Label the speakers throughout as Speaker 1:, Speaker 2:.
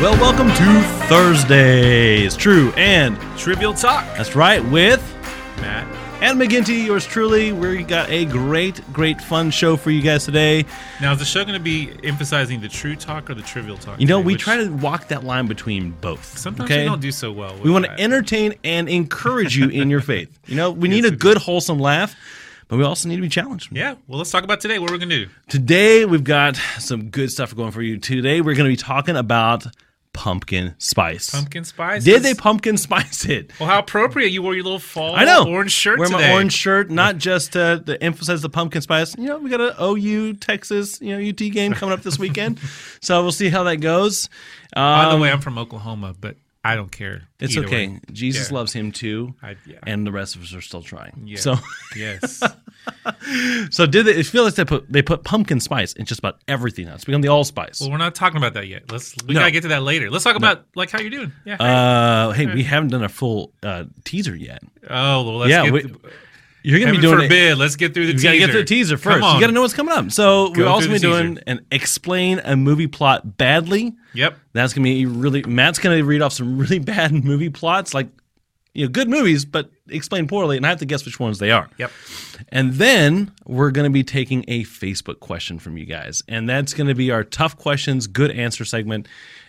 Speaker 1: Well, welcome to Thursdays, True and
Speaker 2: Trivial Talk.
Speaker 1: that's right with
Speaker 2: Matt.
Speaker 1: and McGinty. Yours truly. We got a great, great fun show for you guys today.
Speaker 2: Now, is the show going to be emphasizing the true talk or the trivial talk?
Speaker 1: You know,
Speaker 2: today?
Speaker 1: we
Speaker 2: Which
Speaker 1: try to walk that line between both.
Speaker 2: Sometimes
Speaker 1: okay?
Speaker 2: we don't do so well.
Speaker 1: We want to entertain and encourage you in your faith. You know, we need a
Speaker 2: we
Speaker 1: good, wholesome laugh, but we also need to be challenged.
Speaker 2: Yeah. Well, let's talk about today. What we're going to do.
Speaker 1: Today, we've got some good stuff going for you. Today, we're going to be talking about pumpkin spice.
Speaker 2: Pumpkin spice.
Speaker 1: Did they pumpkin spice it?
Speaker 2: Well, how appropriate you wore your little fall.
Speaker 1: I know.
Speaker 2: Orange shirt
Speaker 1: Wear
Speaker 2: today.
Speaker 1: my orange shirt, not just to, to emphasize the pumpkin spice. You know, we got a OU Texas, you know, UT game coming up this weekend, so we'll see how that goes.
Speaker 2: By
Speaker 1: Um,
Speaker 2: the way, I'm from Oklahoma, but I don't care.
Speaker 1: it's
Speaker 2: either
Speaker 1: okay.
Speaker 2: way.
Speaker 1: Jesus
Speaker 2: Yeah.
Speaker 1: loves him too,
Speaker 2: I, yeah.
Speaker 1: and the rest of us are still trying.
Speaker 2: Yeah.
Speaker 1: So,
Speaker 2: yes.
Speaker 1: so did they? It feels like they put they put pumpkin spice in just about everything now. It's become the allspice.
Speaker 2: Well, we're not talking about that yet. Let's. We
Speaker 1: No.
Speaker 2: gotta get to that later. Let's talk about like how you're doing. Yeah.
Speaker 1: uh, hey, we haven't done a full uh, teaser yet.
Speaker 2: oh, well, let's
Speaker 1: yeah,
Speaker 2: get.
Speaker 1: we-
Speaker 2: th-
Speaker 1: You're gonna
Speaker 2: heaven
Speaker 1: be doing it.
Speaker 2: forbid. Let's get through the
Speaker 1: You
Speaker 2: teaser.
Speaker 1: gotta get through the teaser first.
Speaker 2: Come on.
Speaker 1: You gotta know what's coming up. So
Speaker 2: through
Speaker 1: we're also gonna
Speaker 2: the
Speaker 1: be doing
Speaker 2: teaser.
Speaker 1: an explain a movie plot badly.
Speaker 2: Yep.
Speaker 1: That's gonna be really Matt's gonna read off some really bad movie plots, like you know, good movies, but explained poorly, and I have to guess which ones they are.
Speaker 2: Yep.
Speaker 1: And then we're gonna be taking a Facebook question from you guys. And that's gonna be our tough questions, good answer segment.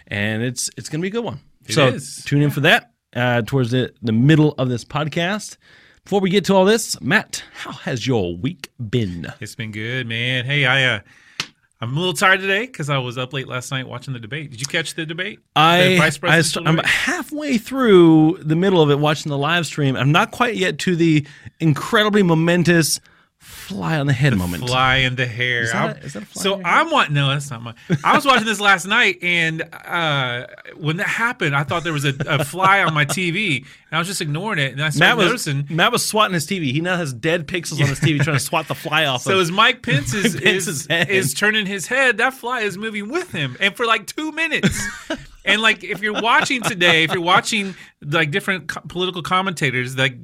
Speaker 1: And it's it's gonna be a good one. so
Speaker 2: is.
Speaker 1: tune in for that uh, towards the, the middle of this podcast. Before we get to all this, Matt, how has your week been?
Speaker 2: It's been good, man. Hey, I uh, I'm a little tired today because I was up late last night watching the debate. Did you catch the debate? the
Speaker 1: I,
Speaker 2: vice
Speaker 1: I
Speaker 2: presidential
Speaker 1: am
Speaker 2: debate?
Speaker 1: halfway through the middle of it watching the live stream. I'm not quite yet to the incredibly momentous fly on the head moment.
Speaker 2: fly in the hair.
Speaker 1: that
Speaker 2: I'm-
Speaker 1: a- is that a fly
Speaker 2: so
Speaker 1: in the hair?
Speaker 2: I'm watching. No, that's not mine. I was watching this last night, and uh, when that happened, I thought there was a, a fly on my TV, and I was just ignoring it, and I
Speaker 1: Matt
Speaker 2: started
Speaker 1: was,
Speaker 2: noticing.
Speaker 1: Matt was swatting his TV. He now has dead pixels on his TV trying to swat the fly off
Speaker 2: So
Speaker 1: of
Speaker 2: as Mike Pence is
Speaker 1: Pence's
Speaker 2: is,
Speaker 1: head.
Speaker 2: is turning his head, that fly is moving with him, and for like two minutes. and like, if you're watching today, if you're watching like different co- political commentators, like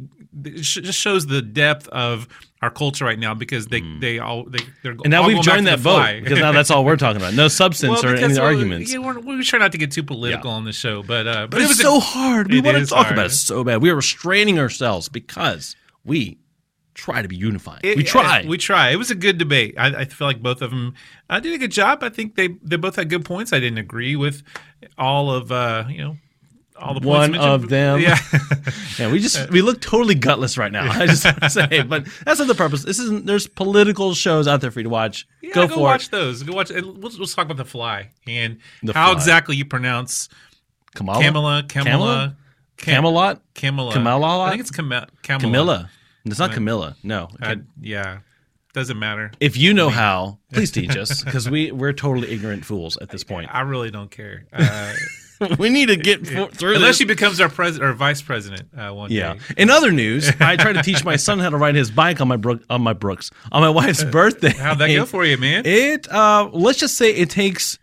Speaker 2: it sh- just shows the depth of our culture right now because they they all they they're
Speaker 1: Hmm. And now
Speaker 2: all
Speaker 1: we've
Speaker 2: going
Speaker 1: joined
Speaker 2: back to
Speaker 1: that
Speaker 2: the
Speaker 1: vote
Speaker 2: fly.
Speaker 1: because now that's all we're talking about. No substance
Speaker 2: well,
Speaker 1: or any
Speaker 2: because, uh,
Speaker 1: arguments.
Speaker 2: yeah, we're, we try not to get too political on the show, but uh,
Speaker 1: but
Speaker 2: it
Speaker 1: it's
Speaker 2: was a-
Speaker 1: so hard. We
Speaker 2: it
Speaker 1: want to
Speaker 2: is
Speaker 1: talk
Speaker 2: hard.
Speaker 1: about it so bad. We are restraining ourselves because we try to be unified.
Speaker 2: It-
Speaker 1: we try.
Speaker 2: I- we try. It was a good debate. I, I feel like both of them uh, did a good job. I think they they both had good points. I didn't agree with all of uh, you know all the points
Speaker 1: One
Speaker 2: mentioned.
Speaker 1: of them.
Speaker 2: Yeah,
Speaker 1: Yeah, we
Speaker 2: Uh,
Speaker 1: just we look totally gutless right now. I just have to say, but that's not the purpose. This isn't. There's political shows out there for you to watch.
Speaker 2: Yeah,
Speaker 1: go,
Speaker 2: go,
Speaker 1: for
Speaker 2: watch
Speaker 1: it,
Speaker 2: those. Go watch. And let's, let's talk about the Fly and
Speaker 1: The
Speaker 2: how
Speaker 1: Fly.
Speaker 2: exactly you pronounce
Speaker 1: Kamala,
Speaker 2: Kamala, Kamala, Cam-
Speaker 1: Camelot,
Speaker 2: Kamala,
Speaker 1: Kamala?
Speaker 2: I think it's Cam- Kamala.
Speaker 1: Camilla. It's not Camilla. No.
Speaker 2: Uh, yeah, doesn't matter.
Speaker 1: if you know how, please teach us because we we're totally ignorant fools at this point.
Speaker 2: I really don't care. Uh,
Speaker 1: we need to get for, through
Speaker 2: unless
Speaker 1: this.
Speaker 2: she becomes our president or vice president uh, one
Speaker 1: yeah.
Speaker 2: day.
Speaker 1: In other news, I tried to teach my son how to ride his bike on my brook on my Brooks on my wife's birthday.
Speaker 2: Uh, How'd that go for you, man?
Speaker 1: It uh let's just say it takes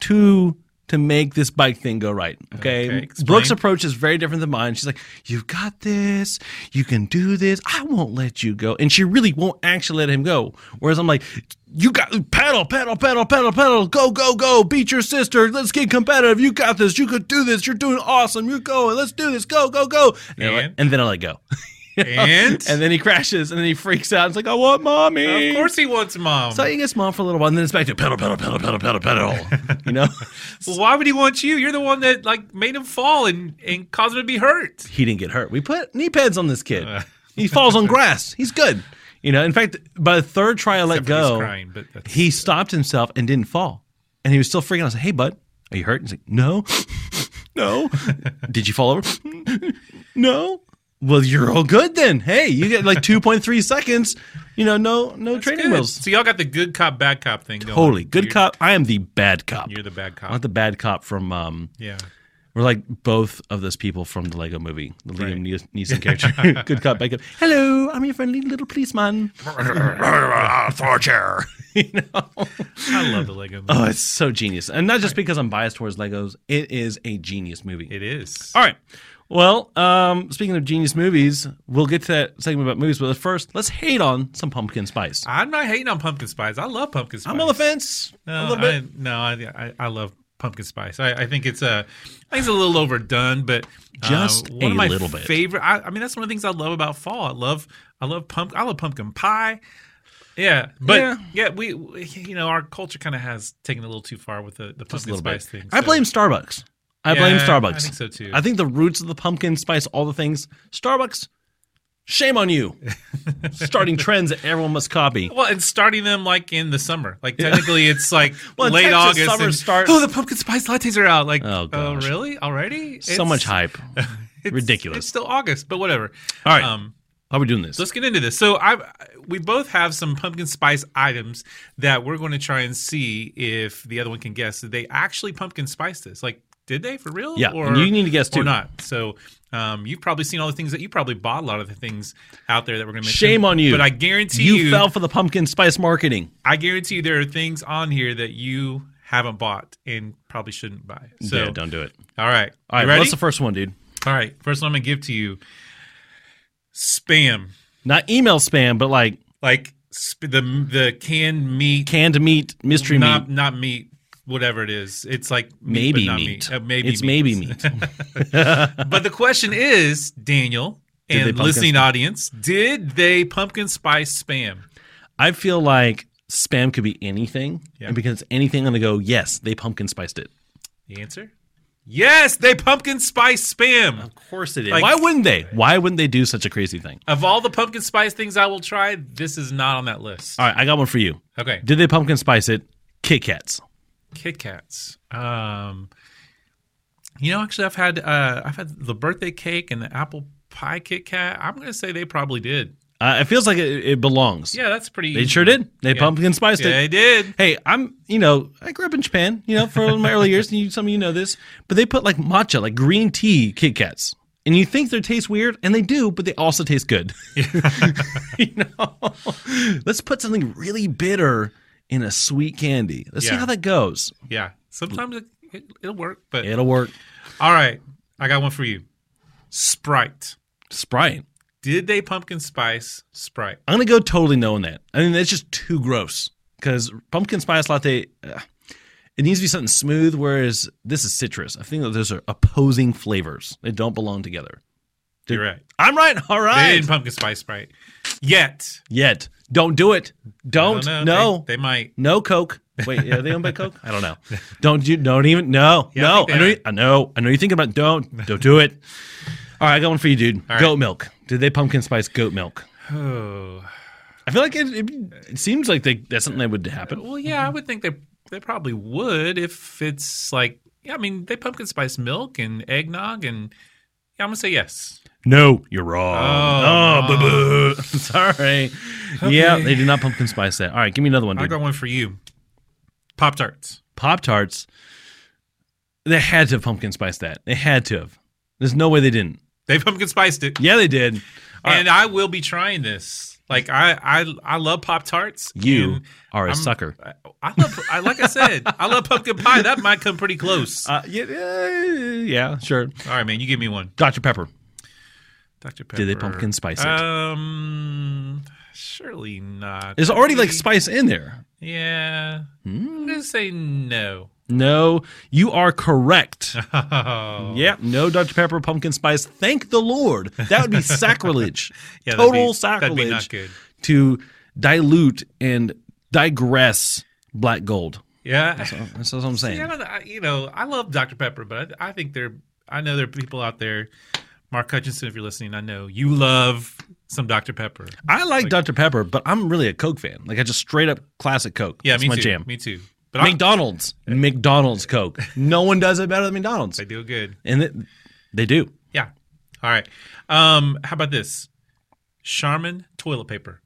Speaker 1: two to make this bike thing go right. Okay.
Speaker 2: Okay, explain.
Speaker 1: Brooke's approach is very different than mine. She's like, You've got this, you can do this, I won't let you go. And she really won't actually let him go. Whereas I'm like, You got pedal, pedal, pedal, pedal, pedal, go, go, go, beat your sister, let's get competitive, you got this, you could do this, you're doing awesome, you're going, let's do this, go, go, go. And, then I-
Speaker 2: And?
Speaker 1: and then I let go.
Speaker 2: and
Speaker 1: And then he crashes and then he freaks out. It's like, I want mommy.
Speaker 2: Of course he wants mom.
Speaker 1: So he gets mom for a little while, and then it's back to pedal, pedal, pedal, pedal, pedal, pedal. You know,
Speaker 2: Well, Why would he want you? You're the one that like made him fall and and caused him to be hurt.
Speaker 1: he didn't get hurt. We put knee pads on this kid.
Speaker 2: Uh.
Speaker 1: He falls on grass. He's good. You know, in fact, by the third try I let
Speaker 2: Except he's
Speaker 1: go,
Speaker 2: crying, but that's-
Speaker 1: he stopped himself and didn't fall. And he was still freaking out. I said, "Hey, bud, are you hurt?" And he's like, "No, no. Did you fall over? no." Well, you're all good then. Hey, you get like 2.3 seconds. You know, no, no training
Speaker 2: Good.
Speaker 1: wheels.
Speaker 2: So y'all got the good cop bad cop thing going.
Speaker 1: Holy good
Speaker 2: You're-
Speaker 1: cop. I am the bad cop.
Speaker 2: You're the bad
Speaker 1: I'm not
Speaker 2: cop.
Speaker 1: the bad cop from um,
Speaker 2: Yeah.
Speaker 1: We're like both of those people from the Lego movie, the Liam Nees- Neeson character. Good cop, bad cop. Hello, I'm your friendly little policeman. Oh, Torture. you know?
Speaker 2: I love the Lego movie.
Speaker 1: Oh, it's so genius. And not just because I'm biased towards Legos, it is a genius movie.
Speaker 2: it is.
Speaker 1: All right. Well, um, speaking of genius movies, we'll get to that segment about movies, but first, let's hate on some pumpkin spice.
Speaker 2: I'm not hating on pumpkin spice. I love pumpkin spice.
Speaker 1: I'm on the fence. a
Speaker 2: No,
Speaker 1: little bit.
Speaker 2: I, no, I, I I love pumpkin spice. I, I think it's uh, I think it's a little overdone, but uh,
Speaker 1: Just
Speaker 2: one
Speaker 1: a
Speaker 2: of my
Speaker 1: little bit.
Speaker 2: favorite. I, I mean, that's one of the things I love about fall. I love I love pumpkin. I love pumpkin pie. Yeah, but
Speaker 1: Yeah.
Speaker 2: yeah, we, we- you know our culture kind of has taken it a little too far with the, the
Speaker 1: Just a
Speaker 2: pumpkin
Speaker 1: little
Speaker 2: spice
Speaker 1: bit.
Speaker 2: thing.
Speaker 1: I
Speaker 2: so-
Speaker 1: blame Starbucks. I blame
Speaker 2: Yeah,
Speaker 1: Starbucks.
Speaker 2: I think so too.
Speaker 1: I think the roots of the pumpkin spice, all the things. Starbucks, shame on you. Starting trends that everyone must copy.
Speaker 2: Well, and starting them like in the summer. Like technically, it's like
Speaker 1: Well, in
Speaker 2: late
Speaker 1: Texas,
Speaker 2: August.
Speaker 1: summer
Speaker 2: and,
Speaker 1: starts-
Speaker 2: Oh, the pumpkin spice lattes are out. Like,
Speaker 1: Oh,
Speaker 2: oh,
Speaker 1: gosh.
Speaker 2: really? Already?
Speaker 1: so much
Speaker 2: hype.
Speaker 1: hype. Ridiculous.
Speaker 2: It's still August, but whatever.
Speaker 1: All right.
Speaker 2: Um,
Speaker 1: How are we doing this?
Speaker 2: let's get into this. So I, we both have some pumpkin spice items that we're going to try and see if the other one can guess. Did they actually pumpkin spice this? Like, did they for real?
Speaker 1: Yeah,
Speaker 2: Or
Speaker 1: and you need to guess, too.
Speaker 2: Or not? So. Um, you've probably seen all the things that you probably bought a lot of the things out there that we're going to mention.
Speaker 1: Shame on you.
Speaker 2: But I guarantee
Speaker 1: you,
Speaker 2: you,
Speaker 1: fell for the pumpkin spice marketing.
Speaker 2: I guarantee you there are things on here that you haven't bought and probably shouldn't buy. So,
Speaker 1: yeah, don't do it.
Speaker 2: all right.
Speaker 1: All right,
Speaker 2: You ready?
Speaker 1: what's the first one, dude?
Speaker 2: all right. First one I'm going to give to you spam.
Speaker 1: Not email spam, but like
Speaker 2: Like sp- the the canned meat,
Speaker 1: canned meat, mystery
Speaker 2: not
Speaker 1: meat,
Speaker 2: not meat, whatever it is. It's like meat,
Speaker 1: maybe
Speaker 2: but not
Speaker 1: meat.
Speaker 2: Uh, maybe
Speaker 1: it's
Speaker 2: meat.
Speaker 1: maybe meat.
Speaker 2: But the question is, Daniel
Speaker 1: they
Speaker 2: and
Speaker 1: pumpkin
Speaker 2: listening
Speaker 1: spice-
Speaker 2: audience, did they pumpkin spice spam?
Speaker 1: I feel like spam could be anything,
Speaker 2: Yeah.
Speaker 1: and because it's anything, I'm gonna go. Yes, they pumpkin spiced it.
Speaker 2: The answer? Yes, they pumpkin spice spam.
Speaker 1: Of course it is.
Speaker 2: Like-
Speaker 1: Why wouldn't they? Why wouldn't they do such a crazy thing?
Speaker 2: Of all the pumpkin spice things I will try, this is not on that list.
Speaker 1: All right, I got one for you.
Speaker 2: Okay,
Speaker 1: Did they pumpkin spice it? Kit Kats.
Speaker 2: Kit Kats. Um, you know, actually, I've had uh, I've had the birthday cake and the apple pie Kit Kat. I'm gonna say they probably did.
Speaker 1: Uh, it feels like it, it belongs.
Speaker 2: Yeah, that's pretty.
Speaker 1: They sure did. They
Speaker 2: Yeah.
Speaker 1: pumpkin spiced
Speaker 2: Yeah,
Speaker 1: it.
Speaker 2: they did.
Speaker 1: Hey, I'm, you know, I grew up in Japan, you know, for my early years, and you, some of you know this, but they put like matcha, like green tea Kit Kats. And you think they taste weird, and they do, but they also taste good. you know, let's put something really bitter in a sweet candy. Let's see
Speaker 2: Yeah.
Speaker 1: how that goes.
Speaker 2: Yeah, sometimes it, it, it'll work. But
Speaker 1: It'll work.
Speaker 2: all right, I got one for you. Sprite.
Speaker 1: Sprite.
Speaker 2: Did they pumpkin spice Sprite?
Speaker 1: I'm gonna go totally knowing that. I mean, that's just too gross. Because pumpkin spice latte, uh, it needs to be something smooth. Whereas this is citrus. I think that those are opposing flavors. They don't belong together.
Speaker 2: You're right.
Speaker 1: I'm right. All
Speaker 2: They
Speaker 1: right.
Speaker 2: didn't pumpkin spice Sprite yet.
Speaker 1: Yet, don't do it.
Speaker 2: I
Speaker 1: Don't.
Speaker 2: don't know.
Speaker 1: no.
Speaker 2: They, they might.
Speaker 1: no Coke. Wait, are they owned by Coke? I don't know. Don't you? Don't even. No.
Speaker 2: Yeah, I
Speaker 1: no.
Speaker 2: think
Speaker 1: I,
Speaker 2: they
Speaker 1: know.
Speaker 2: are.
Speaker 1: You, I know. I know you're thinking about. Don't. Don't do it. All right, I got one for you, dude.
Speaker 2: right.
Speaker 1: Goat milk. Did they pumpkin spice goat milk?
Speaker 2: Oh.
Speaker 1: I feel like it. It, it seems like they, that's something that would happen.
Speaker 2: Well, yeah, I would think they they probably would if it's like yeah, I mean they pumpkin spice milk and eggnog and yeah, I'm gonna say yes.
Speaker 1: No, you're wrong.
Speaker 2: Oh.
Speaker 1: Oh, boo boo. Sorry. Yeah, they did not pumpkin spice that. All right, give me another one,
Speaker 2: I
Speaker 1: dude.
Speaker 2: got one for you. Pop tarts.
Speaker 1: Pop Tarts. They had to have pumpkin spice that. They had to have. There's no way they didn't.
Speaker 2: They pumpkin spiced it,
Speaker 1: Yeah, they did. All right.
Speaker 2: and I will be trying this. Like I I I love pop tarts.
Speaker 1: You
Speaker 2: and
Speaker 1: are a
Speaker 2: I'm-
Speaker 1: sucker.
Speaker 2: I, I love I, like I said I love pumpkin pie. That might come pretty close. All
Speaker 1: Uh, yeah, yeah, yeah, sure.
Speaker 2: right, man, you give me one.
Speaker 1: Dr. Pepper.
Speaker 2: Dr Pepper.
Speaker 1: Did they pumpkin spice it?
Speaker 2: Um, surely not.
Speaker 1: There's already like Hmm. spice in there.
Speaker 2: Yeah. I'm going to say no.
Speaker 1: No, you are correct.
Speaker 2: yeah.
Speaker 1: Yep, no Dr. Pepper pumpkin spice. Thank the Lord. That would be sacrilege.
Speaker 2: that'd
Speaker 1: Total
Speaker 2: be-
Speaker 1: sacrilege.
Speaker 2: That'd be not good.
Speaker 1: to dilute and digress black gold.
Speaker 2: Yeah.
Speaker 1: That's that's what I'm saying.
Speaker 2: Yeah, I don't know. I- you know, I love Dr. Pepper, but I, I think there, I know there are people out there. Mark Hutchinson, if you're listening, I know you love some Dr. Pepper.
Speaker 1: I like, Dr. Pepper, but I'm really a Coke fan. Like I just straight up classic Coke.
Speaker 2: Yeah,
Speaker 1: That's
Speaker 2: me
Speaker 1: my
Speaker 2: too.
Speaker 1: jam.
Speaker 2: Me too. But I,
Speaker 1: McDonald's, McDonald's Coke. No one does it better than McDonald's,
Speaker 2: they do good.
Speaker 1: and it, they do.
Speaker 2: Yeah. All right. Um, how about this? Charmin toilet paper.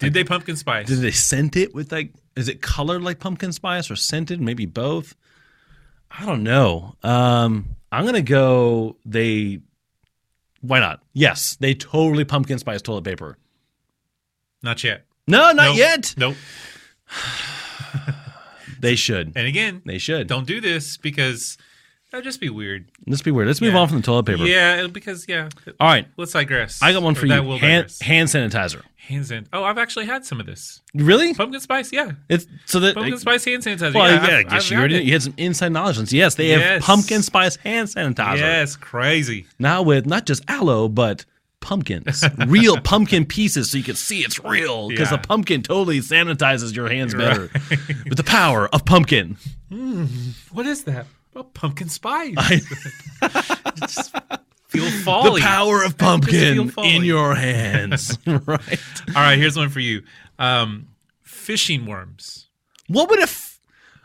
Speaker 2: Did they pumpkin spice?
Speaker 1: Did they scent it with like? Is it colored like pumpkin spice or scented? Maybe both. I don't know. Um, I'm gonna go. They. Why not? Yes, they totally pumpkin spice toilet paper.
Speaker 2: Not yet.
Speaker 1: No, not
Speaker 2: Nope.
Speaker 1: yet.
Speaker 2: Nope.
Speaker 1: They should.
Speaker 2: And again,
Speaker 1: They should.
Speaker 2: don't do this because That'd just be weird.
Speaker 1: Let's be weird. Let's move
Speaker 2: Yeah.
Speaker 1: on from the toilet paper.
Speaker 2: Yeah, it- because yeah.
Speaker 1: All right.
Speaker 2: Let's digress.
Speaker 1: I got one
Speaker 2: Or
Speaker 1: for you.
Speaker 2: that will
Speaker 1: Hand,
Speaker 2: digress.
Speaker 1: hand sanitizer.
Speaker 2: Hands in. Oh, I've actually had some of this
Speaker 1: Really?
Speaker 2: pumpkin spice. Yeah,
Speaker 1: It's so that.
Speaker 2: pumpkin spice hand sanitizer.
Speaker 1: Well, yeah,
Speaker 2: I've-
Speaker 1: I
Speaker 2: I've
Speaker 1: guess you
Speaker 2: had
Speaker 1: already
Speaker 2: it.
Speaker 1: you had some inside knowledge. on this. Yes, they have
Speaker 2: Yes.
Speaker 1: pumpkin spice hand sanitizer.
Speaker 2: Yes, crazy.
Speaker 1: Now with not just aloe, but pumpkins, real pumpkin pieces, so you can see it's real because
Speaker 2: Yeah.
Speaker 1: the pumpkin totally sanitizes your hands better with the power of pumpkin.
Speaker 2: What is that? Well, pumpkin spice.
Speaker 1: I-
Speaker 2: Just feel folly.
Speaker 1: The power of
Speaker 2: feel
Speaker 1: pumpkin
Speaker 2: folly.
Speaker 1: in your hands. right.
Speaker 2: All right, here's one for you. Um, fishing worms.
Speaker 1: What would a f-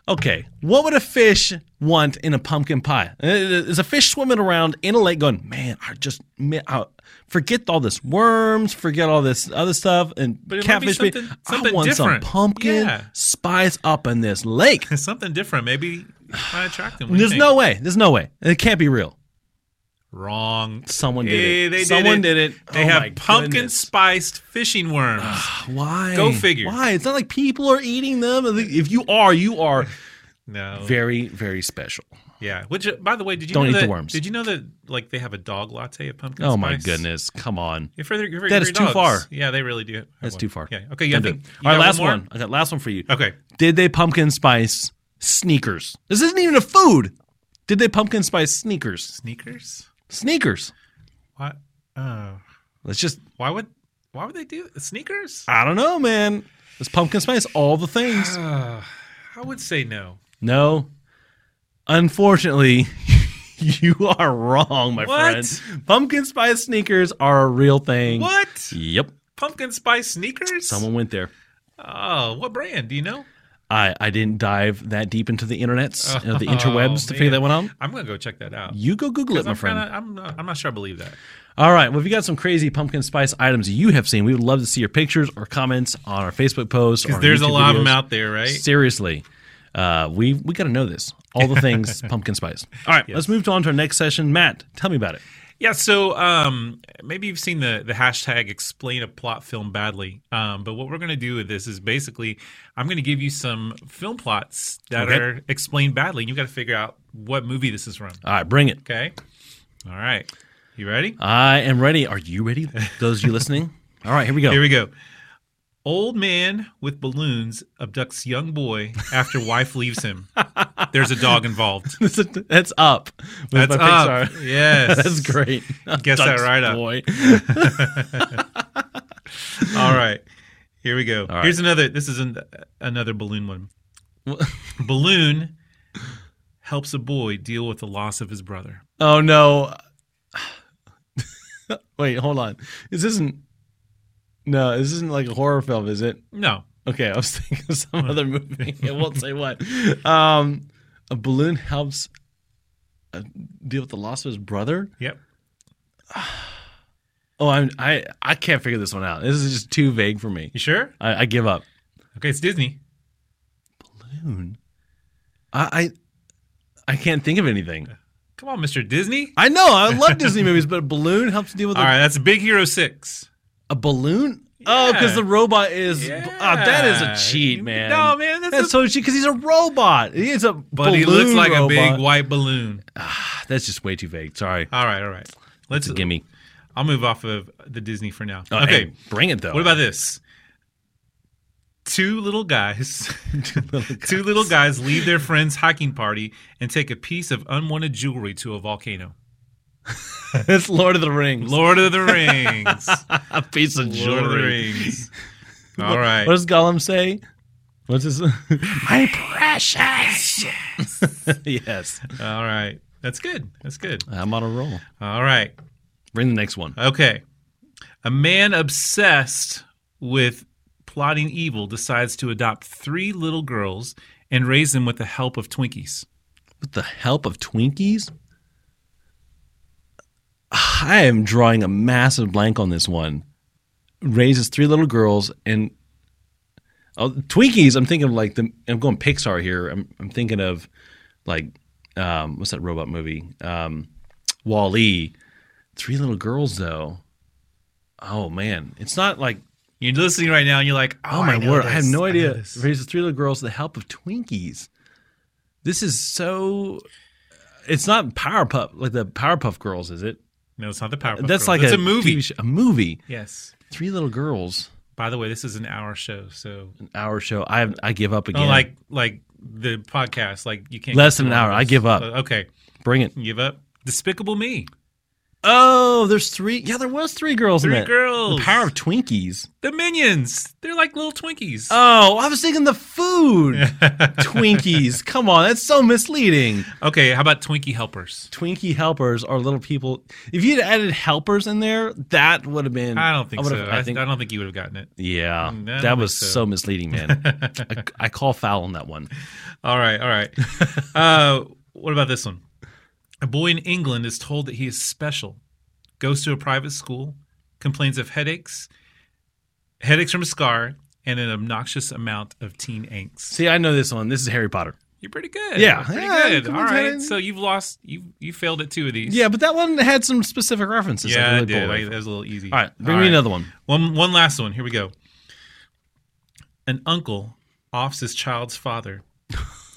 Speaker 1: okay? What would a fish want in a pumpkin pie? Uh, Is a fish swimming around in a lake going, man? I just mi- I, forget all this worms, forget all this other stuff, and
Speaker 2: But it might be
Speaker 1: catfish. meat.
Speaker 2: something-
Speaker 1: I
Speaker 2: something
Speaker 1: want
Speaker 2: different."
Speaker 1: some pumpkin
Speaker 2: Yeah.
Speaker 1: spice up in this lake.
Speaker 2: It's something different. Maybe might attract them. What do you
Speaker 1: There's
Speaker 2: think?
Speaker 1: no way. There's no way. It can't be real.
Speaker 2: wrong.
Speaker 1: Someone did
Speaker 2: Hey,
Speaker 1: it.
Speaker 2: Eh, they did
Speaker 1: Someone
Speaker 2: it.
Speaker 1: did it.
Speaker 2: They
Speaker 1: Oh my
Speaker 2: have pumpkin
Speaker 1: goodness.
Speaker 2: spiced fishing worms.
Speaker 1: Why?
Speaker 2: Go figure.
Speaker 1: Why? It's not like people are eating them. If you are, you are
Speaker 2: no.
Speaker 1: very, very special. Oh
Speaker 2: Yeah. Which, uh, by the way, did you
Speaker 1: Don't
Speaker 2: know
Speaker 1: eat the
Speaker 2: that,
Speaker 1: worms.
Speaker 2: Did you know that like they have a dog latte at pumpkin?
Speaker 1: Oh my
Speaker 2: Spice?
Speaker 1: goodness! Come on.
Speaker 2: Yeah, for their, for,
Speaker 1: That
Speaker 2: for
Speaker 1: is
Speaker 2: your
Speaker 1: too
Speaker 2: dogs.
Speaker 1: far.
Speaker 2: Yeah, they really do.
Speaker 1: That's too far.
Speaker 2: Yeah. Okay. Yeah. I
Speaker 1: Don't
Speaker 2: think-
Speaker 1: do it.
Speaker 2: you
Speaker 1: All right,
Speaker 2: got
Speaker 1: last
Speaker 2: more?
Speaker 1: one. I got last one for you.
Speaker 2: Okay.
Speaker 1: Did they pumpkin spice sneakers? This isn't even a food. Did they pumpkin spice sneakers?
Speaker 2: Sneakers.
Speaker 1: Sneakers.
Speaker 2: What? Uh,
Speaker 1: Let's just
Speaker 2: why would? Why would they do sneakers?
Speaker 1: I don't know, man. It's pumpkin spice all the things.
Speaker 2: Uh, I would say no.
Speaker 1: No. Unfortunately, you are wrong, my
Speaker 2: What?
Speaker 1: friend. Pumpkin spice sneakers are a real thing.
Speaker 2: What?
Speaker 1: Yep.
Speaker 2: Pumpkin spice sneakers?
Speaker 1: Someone went there.
Speaker 2: Oh, what brand? Do you know?
Speaker 1: I, I didn't dive that deep into the internets, uh, the
Speaker 2: Oh,
Speaker 1: interwebs to figure
Speaker 2: man.
Speaker 1: that one out.
Speaker 2: I'm gonna go check that out.
Speaker 1: You go Google it, my
Speaker 2: I'm,
Speaker 1: friend.
Speaker 2: kinda- I'm, not, I'm not sure I believe that.
Speaker 1: All right. Well, if you got some crazy pumpkin spice items you have seen, we would love to see your pictures or comments on our Facebook posts. Because
Speaker 2: There's a lot of them out there, right?
Speaker 1: Seriously, uh, we we got to know this. All the things pumpkin spice. All right. Let's move on to our next session. Matt, tell me about it.
Speaker 2: Yeah, so um, maybe you've seen the the hashtag explain a plot film badly. Um, but what we're going to do with this is basically, I'm going to give you some film plots that
Speaker 1: Okay.
Speaker 2: are explained badly. and You've got to figure out what movie this is from.
Speaker 1: All right, bring it.
Speaker 2: Okay. All right. You ready?
Speaker 1: I am ready. Are you ready? Those of you listening. All right. Here we go.
Speaker 2: Here we go. Old man with balloons abducts young boy after wife leaves him. There's a dog involved.
Speaker 1: That's up. with
Speaker 2: That's
Speaker 1: my
Speaker 2: up.
Speaker 1: Pixar.
Speaker 2: Yes.
Speaker 1: That's great.
Speaker 2: Guess that
Speaker 1: Ducks
Speaker 2: right up.
Speaker 1: Boy.
Speaker 2: All right. Here we go.
Speaker 1: right.
Speaker 2: Here's another. This is an, another balloon one. balloon helps a boy deal with the loss of his brother.
Speaker 1: Oh no. Wait, hold on. This isn't No, this isn't like a horror film, is it?
Speaker 2: No.
Speaker 1: Okay, I was thinking of some other movie. I won't say what. Um a balloon helps uh, deal with the loss of his brother.
Speaker 2: Yep.
Speaker 1: Oh, I'm, I I can't figure this one out. This is just too vague for me.
Speaker 2: You sure?
Speaker 1: I, I give up.
Speaker 2: Okay. It's Disney.
Speaker 1: Balloon. I, I I can't think of anything.
Speaker 2: Come on, Mr. Disney.
Speaker 1: I know I love Disney movies, but a balloon helps deal with
Speaker 2: All
Speaker 1: a
Speaker 2: right. That's Big Hero Six.
Speaker 1: A balloon? Oh, because
Speaker 2: Yeah.
Speaker 1: the robot is. Ah, that is a cheat,
Speaker 2: Yeah.
Speaker 1: man.
Speaker 2: No, man. That's,
Speaker 1: That's
Speaker 2: a,
Speaker 1: so cheat because he's a robot. He's a
Speaker 2: but he looks like a big
Speaker 1: One.
Speaker 2: white balloon.
Speaker 1: That's just way too vague. Sorry.
Speaker 2: All right. All right. Let's.
Speaker 1: It's a gimme.
Speaker 2: I'll move off of the Disney for now.
Speaker 1: Oh,
Speaker 2: okay.
Speaker 1: hey, bring it though.
Speaker 2: What about this? Two little guys. Two little guys leave their friend's hiking party and take a piece of unwanted jewelry to a volcano.
Speaker 1: it's Lord of the Rings?
Speaker 2: Lord of the Rings.
Speaker 1: a piece of
Speaker 2: Lord of the
Speaker 1: jewelry.
Speaker 2: Rings. All right.
Speaker 1: What does Gollum say? What's his? My precious. yes,
Speaker 2: All right. That's good. That's good.
Speaker 1: I'm on a roll.
Speaker 2: All right.
Speaker 1: Bring the next one.
Speaker 2: Okay. A man obsessed with plotting evil decides to adopt three little girls and raise them with the help of Twinkies.
Speaker 1: With the help of Twinkies. I am drawing a massive blank on this one. Raises three little girls and oh, Twinkies. I'm thinking of like the. I'm going Pixar here. I'm, I'm thinking of like um, what's that robot movie? Um, Wall-E. Three little girls though. Oh man, it's not like
Speaker 2: You're listening right now and you're like, oh,
Speaker 1: Oh my
Speaker 2: I know
Speaker 1: word! I have
Speaker 2: this.
Speaker 1: no
Speaker 2: know
Speaker 1: idea.
Speaker 2: this.
Speaker 1: Raises three little girls with the help of Twinkies. This is so. it's not Powerpuff like the Powerpuff Girls, is it?
Speaker 2: No, it's not the Powerpuff.
Speaker 1: That's
Speaker 2: Girls.
Speaker 1: like
Speaker 2: it's a,
Speaker 1: a,
Speaker 2: movie.
Speaker 1: TV show- a movie.
Speaker 2: Yes.
Speaker 1: Three little girls.
Speaker 2: By the way, this is an hour show, so
Speaker 1: An hour show. I I give up
Speaker 2: no,
Speaker 1: again.
Speaker 2: Oh, like like the podcast, like you can't
Speaker 1: Less
Speaker 2: get
Speaker 1: than
Speaker 2: to
Speaker 1: an
Speaker 2: all
Speaker 1: hour. I
Speaker 2: this.
Speaker 1: give up.
Speaker 2: Uh, Okay,
Speaker 1: bring it.
Speaker 2: you give up. Despicable Me.
Speaker 1: Oh, there's three. Yeah, there was three girls
Speaker 2: Three
Speaker 1: in it.
Speaker 2: girls.
Speaker 1: The power of Twinkies.
Speaker 2: The Minions. They're like little Twinkies.
Speaker 1: Oh, I was thinking the food. Twinkies. Come on, that's so misleading.
Speaker 2: okay, how about Twinkie Helpers?
Speaker 1: Twinkie helpers are little people. If you'd added helpers in there, that would have been.
Speaker 2: I don't think so.
Speaker 1: would've-
Speaker 2: I, I don't think you would have gotten it.
Speaker 1: Yeah,
Speaker 2: Mm, I don't
Speaker 1: that
Speaker 2: think
Speaker 1: was
Speaker 2: so.
Speaker 1: so. misleading, man. I, I call foul on that one.
Speaker 2: All right, all right. uh, what about this one? A boy in England is told that he is special, goes to a private school, complains of headaches, headaches from a scar, and an obnoxious amount of teen angst.
Speaker 1: See, I know this one. This is Harry Potter.
Speaker 2: You're pretty good.
Speaker 1: Yeah.
Speaker 2: pretty
Speaker 1: Yeah,
Speaker 2: good.
Speaker 1: come
Speaker 2: All
Speaker 1: on,
Speaker 2: right,
Speaker 1: Teddy.
Speaker 2: so you've lost. You you failed at two of these.
Speaker 1: Yeah, but that one had some specific references. I
Speaker 2: yeah, I
Speaker 1: really
Speaker 2: did.
Speaker 1: pulled
Speaker 2: I,
Speaker 1: away
Speaker 2: that was a little easy.
Speaker 1: from. All right, bring me another one.
Speaker 2: One one last one. Here we go. An uncle offs his child's father.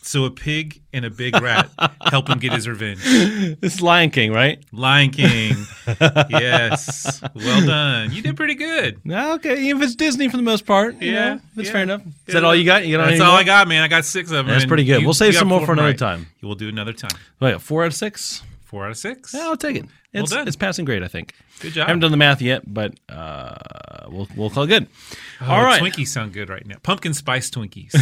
Speaker 2: So a pig and a big rat help him get his revenge.
Speaker 1: This is Lion King, right?
Speaker 2: Lion King. yes. Well done. You did pretty good.
Speaker 1: No, okay. If it's Disney for the most part, you
Speaker 2: Yeah,
Speaker 1: know, that's
Speaker 2: yeah.
Speaker 1: fair enough. Is that all you got? You got
Speaker 2: That's
Speaker 1: anything
Speaker 2: all
Speaker 1: more?
Speaker 2: I got, man. I got six of them.
Speaker 1: That's
Speaker 2: and
Speaker 1: pretty good.
Speaker 2: you-
Speaker 1: We'll save
Speaker 2: you got
Speaker 1: some more
Speaker 2: four
Speaker 1: for another
Speaker 2: right.
Speaker 1: time.
Speaker 2: We'll do another time.
Speaker 1: Wait, four out of six.
Speaker 2: Four out of six.
Speaker 1: Yeah, I'll take it. It's,
Speaker 2: done.
Speaker 1: it's passing grade, I think.
Speaker 2: Good job.
Speaker 1: I haven't done the math yet, but uh, we'll we'll call it good.
Speaker 2: Oh,
Speaker 1: All right,
Speaker 2: Twinkies sound good right now. Pumpkin spice Twinkies.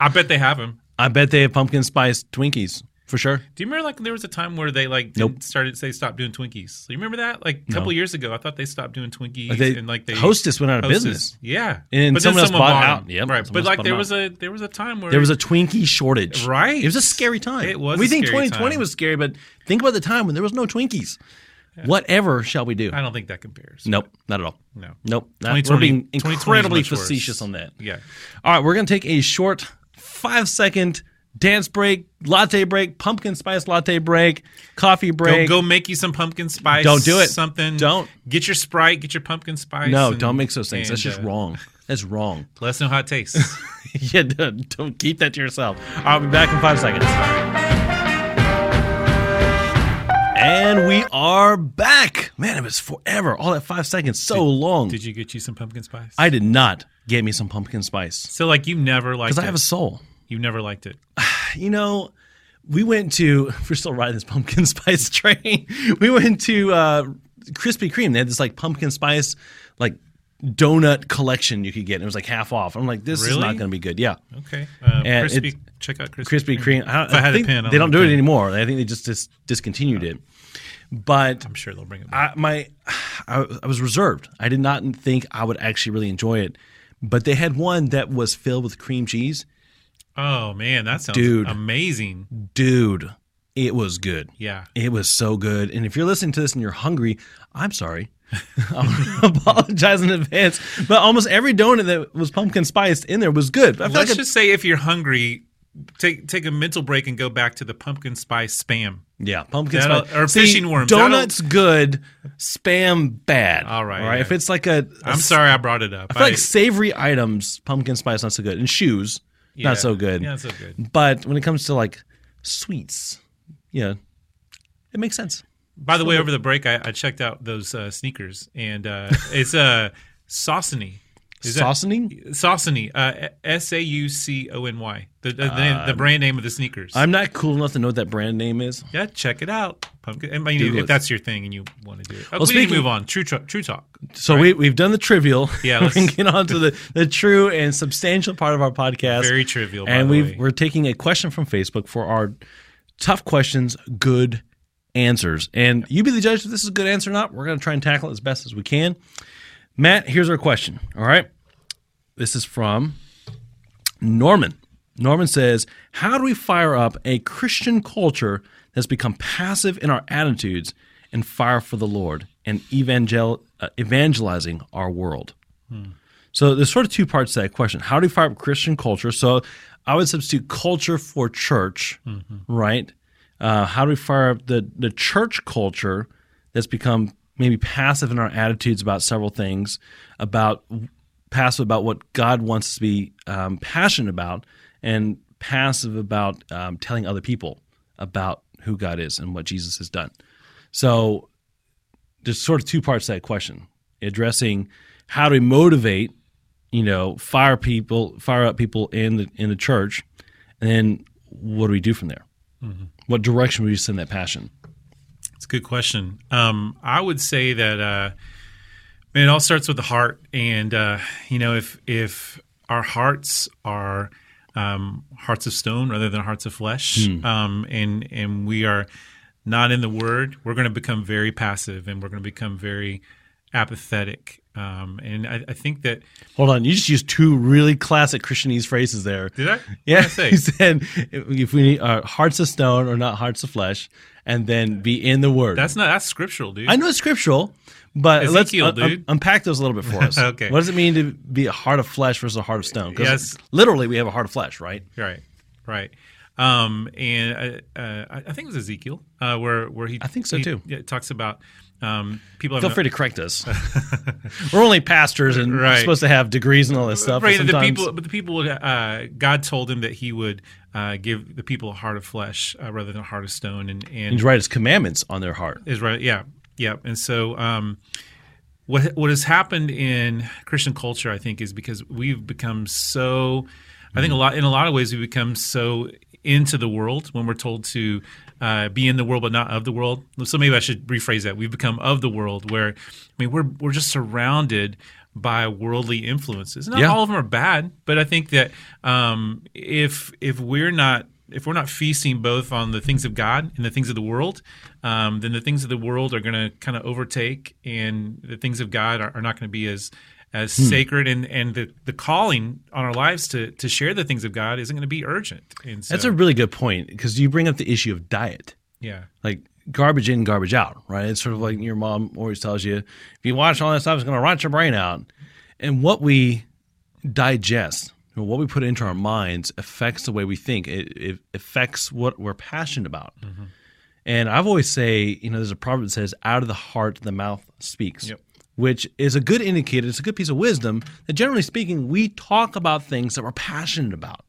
Speaker 2: I bet they have them.
Speaker 1: I bet they have pumpkin spice Twinkies for sure.
Speaker 2: Do you remember like there was a time where they like
Speaker 1: Nope.
Speaker 2: didn't- started they stopped doing Twinkies? Do you remember that? Like a couple years ago, I thought they stopped doing Twinkies
Speaker 1: They,
Speaker 2: and like they
Speaker 1: Hostess went out of
Speaker 2: Hostess.
Speaker 1: business.
Speaker 2: Yeah,
Speaker 1: And
Speaker 2: then
Speaker 1: someone else bought it
Speaker 2: 'em.
Speaker 1: out. Yep,
Speaker 2: right.
Speaker 1: someone
Speaker 2: But
Speaker 1: else
Speaker 2: like
Speaker 1: bought
Speaker 2: there
Speaker 1: 'em
Speaker 2: was a there was a time where
Speaker 1: There was a Twinkie shortage.
Speaker 2: Right.
Speaker 1: It was a scary time.
Speaker 2: It was
Speaker 1: We
Speaker 2: a
Speaker 1: think
Speaker 2: scary
Speaker 1: 2020
Speaker 2: time.
Speaker 1: was scary, but think about the time when there was no Twinkies. Whatever shall we do?
Speaker 2: I don't think that compares.
Speaker 1: Nope, not at all.
Speaker 2: No.
Speaker 1: Nope. Not, we're
Speaker 2: 2020
Speaker 1: being
Speaker 2: 2020 is
Speaker 1: incredibly
Speaker 2: much worse.
Speaker 1: facetious on that.
Speaker 2: Yeah.
Speaker 1: All right, we're going to take a short five second dance break, latte break, pumpkin spice latte break, coffee
Speaker 2: Go,
Speaker 1: break.
Speaker 2: go make you some pumpkin spice.
Speaker 1: Don't do it.
Speaker 2: Something.
Speaker 1: Don't.
Speaker 2: Get your Sprite. Get your pumpkin spice.
Speaker 1: no,
Speaker 2: and-
Speaker 1: don't mix those things. That's
Speaker 2: and,
Speaker 1: just
Speaker 2: uh,
Speaker 1: wrong. That's wrong.
Speaker 2: Let us know how it tastes.
Speaker 1: yeah, don't, don't keep that to yourself. All right, I'll be back in five seconds. And we are back. Man, it was forever. All that five seconds, so long.
Speaker 2: Did you get you some pumpkin spice?
Speaker 1: I did not get me some pumpkin spice
Speaker 2: So like you never liked
Speaker 1: because
Speaker 2: it.
Speaker 1: I have a soul.
Speaker 2: you never liked it.
Speaker 1: you know, we went to, if we're still riding this pumpkin spice train, we went to uh, Krispy Kreme. They had this like pumpkin spice, like donut collection you could get. And it was like half off. I'm like, this is
Speaker 2: Really?
Speaker 1: not going to be good. Yeah.
Speaker 2: Okay. Um,
Speaker 1: And
Speaker 2: crispy.
Speaker 1: it-
Speaker 2: Check out crispy.
Speaker 1: Krispy Kreme. I,
Speaker 2: If I had a
Speaker 1: think
Speaker 2: pen, I
Speaker 1: they don't
Speaker 2: would've
Speaker 1: do it
Speaker 2: been-
Speaker 1: anymore. I think they just dis- discontinued it. But
Speaker 2: I'm sure they'll bring it back.
Speaker 1: I, my, I, I was reserved. I did not think I would actually really enjoy it. But they had one that was filled with cream cheese.
Speaker 2: oh man, that sounds
Speaker 1: Dude.
Speaker 2: amazing.
Speaker 1: Dude, it was good.
Speaker 2: Yeah.
Speaker 1: It was so good. And if you're listening to this and you're hungry, I'm sorry. I apologize in advance. But almost every donut that was pumpkin spiced in there was good. I feel like
Speaker 2: Let's
Speaker 1: a-
Speaker 2: just say if you're hungry, take take a mental break and go back to the pumpkin spice spam.
Speaker 1: yeah, pumpkin
Speaker 2: That'll-
Speaker 1: spice
Speaker 2: or
Speaker 1: See,
Speaker 2: fishing worms. That'll-
Speaker 1: Donuts good, spam bad.
Speaker 2: All right,
Speaker 1: All right.
Speaker 2: yeah.
Speaker 1: If it's like a, a
Speaker 2: I'm sorry I brought it up.
Speaker 1: I feel like savory items, pumpkin spice not so good, and shoes
Speaker 2: yeah.
Speaker 1: not so good.
Speaker 2: Yeah, not so good.
Speaker 1: But when it comes to like sweets, yeah, it makes sense.
Speaker 2: By the way, over the break, I, I checked out those uh, sneakers, and uh, it's uh, Saucony. Is that-
Speaker 1: Saucony?
Speaker 2: Saucony. Uh, S a u c o n y. The the, the, the brand name of the sneakers.
Speaker 1: Um, I'm not cool enough to know what that brand name is.
Speaker 2: yeah, check it out. Pumpkin. I mean, if
Speaker 1: it.
Speaker 2: that's your thing and you want to do it, okay,
Speaker 1: Well,
Speaker 2: we need to
Speaker 1: speaking-
Speaker 2: move on. True, tru- true talk.
Speaker 1: So we, we've done the trivial.
Speaker 2: Yeah,
Speaker 1: we
Speaker 2: let's-
Speaker 1: can get on to the, the true and substantial part of our podcast.
Speaker 2: Very trivial. by
Speaker 1: and
Speaker 2: the
Speaker 1: we've,
Speaker 2: way.
Speaker 1: we're taking a question from Facebook for our tough questions, good answers. And you be the judge if this is a good answer or not. We're going to try and tackle it as best as we can. Matt, here's our question. All right. This is from Norman. Norman says, How do we fire up a Christian culture that's become passive in our attitudes and fire for the Lord and evangel- uh, evangelizing our world? So there's sort of two parts to that question. How do you fire up Christian culture? So I would substitute culture for church, right? Uh, how do we fire up the, the church culture that's become maybe passive in our attitudes about several things, about passive about what God wants us to be um, passionate about, and passive about um, telling other people about who God is and what Jesus has done. So there's sort of two parts to that question addressing how do we motivate you know fire people fire up people in the in the church and then what do we do from there what direction would you send that passion
Speaker 2: It's a good question. Um, I would say that uh, man, it all starts with the heart, and uh, you know, if if our hearts are um, hearts of stone rather than hearts of flesh, um, and and we are not in the Word, we're going to become very passive, and we're going to become very apathetic. Um, and I, I think that
Speaker 1: hold on you just used two really classic christianese phrases there
Speaker 2: did I? What did
Speaker 1: yeah
Speaker 2: I say?
Speaker 1: you said if we need our hearts of stone or not hearts of flesh and then be in the word
Speaker 2: that's not that's scriptural, dude.
Speaker 1: i know it's scriptural but
Speaker 2: Ezekiel,
Speaker 1: let's un- un-
Speaker 2: dude.
Speaker 1: unpack those a little bit for us
Speaker 2: Okay.
Speaker 1: what does it mean to be a heart of flesh versus a heart of stone because
Speaker 2: Yes.
Speaker 1: literally we have a heart of flesh right
Speaker 2: Right, right. Um, and uh, uh, I I think it was Ezekiel uh, where where he I
Speaker 1: think so, too.
Speaker 2: Yeah, it talks about um, people.
Speaker 1: Feel
Speaker 2: having a-
Speaker 1: free to correct us. We're only pastors and we're
Speaker 2: Right.
Speaker 1: supposed to have degrees and all this stuff.
Speaker 2: Right,
Speaker 1: but
Speaker 2: and the
Speaker 1: sometimes-
Speaker 2: people, but the people. would, Uh, God told him that he would uh, give the people a heart of flesh uh, rather than a heart of stone, and and
Speaker 1: He's right, his commandments on their heart.
Speaker 2: is right. Yeah, yeah. And so, um, what what has happened in Christian culture, I think, is because we've become so. I think a lot in a lot of ways we become so into the world when we're told to uh, be in the world but not of the world. So maybe I should rephrase that. We've become of the world, where I mean we're we're just surrounded by worldly influences. Not
Speaker 1: Yeah.
Speaker 2: all of them are bad, but I think that um, if if we're not if we're not feasting both on the things of God and the things of the world, um, then the things of the world are going to kind of overtake, and the things of God are, are not going to be as as
Speaker 1: Hmm.
Speaker 2: sacred. And and the, the calling on our lives to to share the things of God isn't going to be urgent. And so,
Speaker 1: That's a really good point because you bring up the issue of diet,
Speaker 2: yeah,
Speaker 1: like garbage in, garbage out, right? It's sort of like your mom always tells you if you watch all that stuff, it's going to rot your brain out. And what we digest, or what we put into our minds, affects the way we think, it, it affects what we're passionate about. And I've always say, you know, there's a proverb that says, "Out of the heart, the mouth speaks,"
Speaker 2: Yep.
Speaker 1: which is a good indicator. It's a good piece of wisdom that, generally speaking, we talk about things that we're passionate about,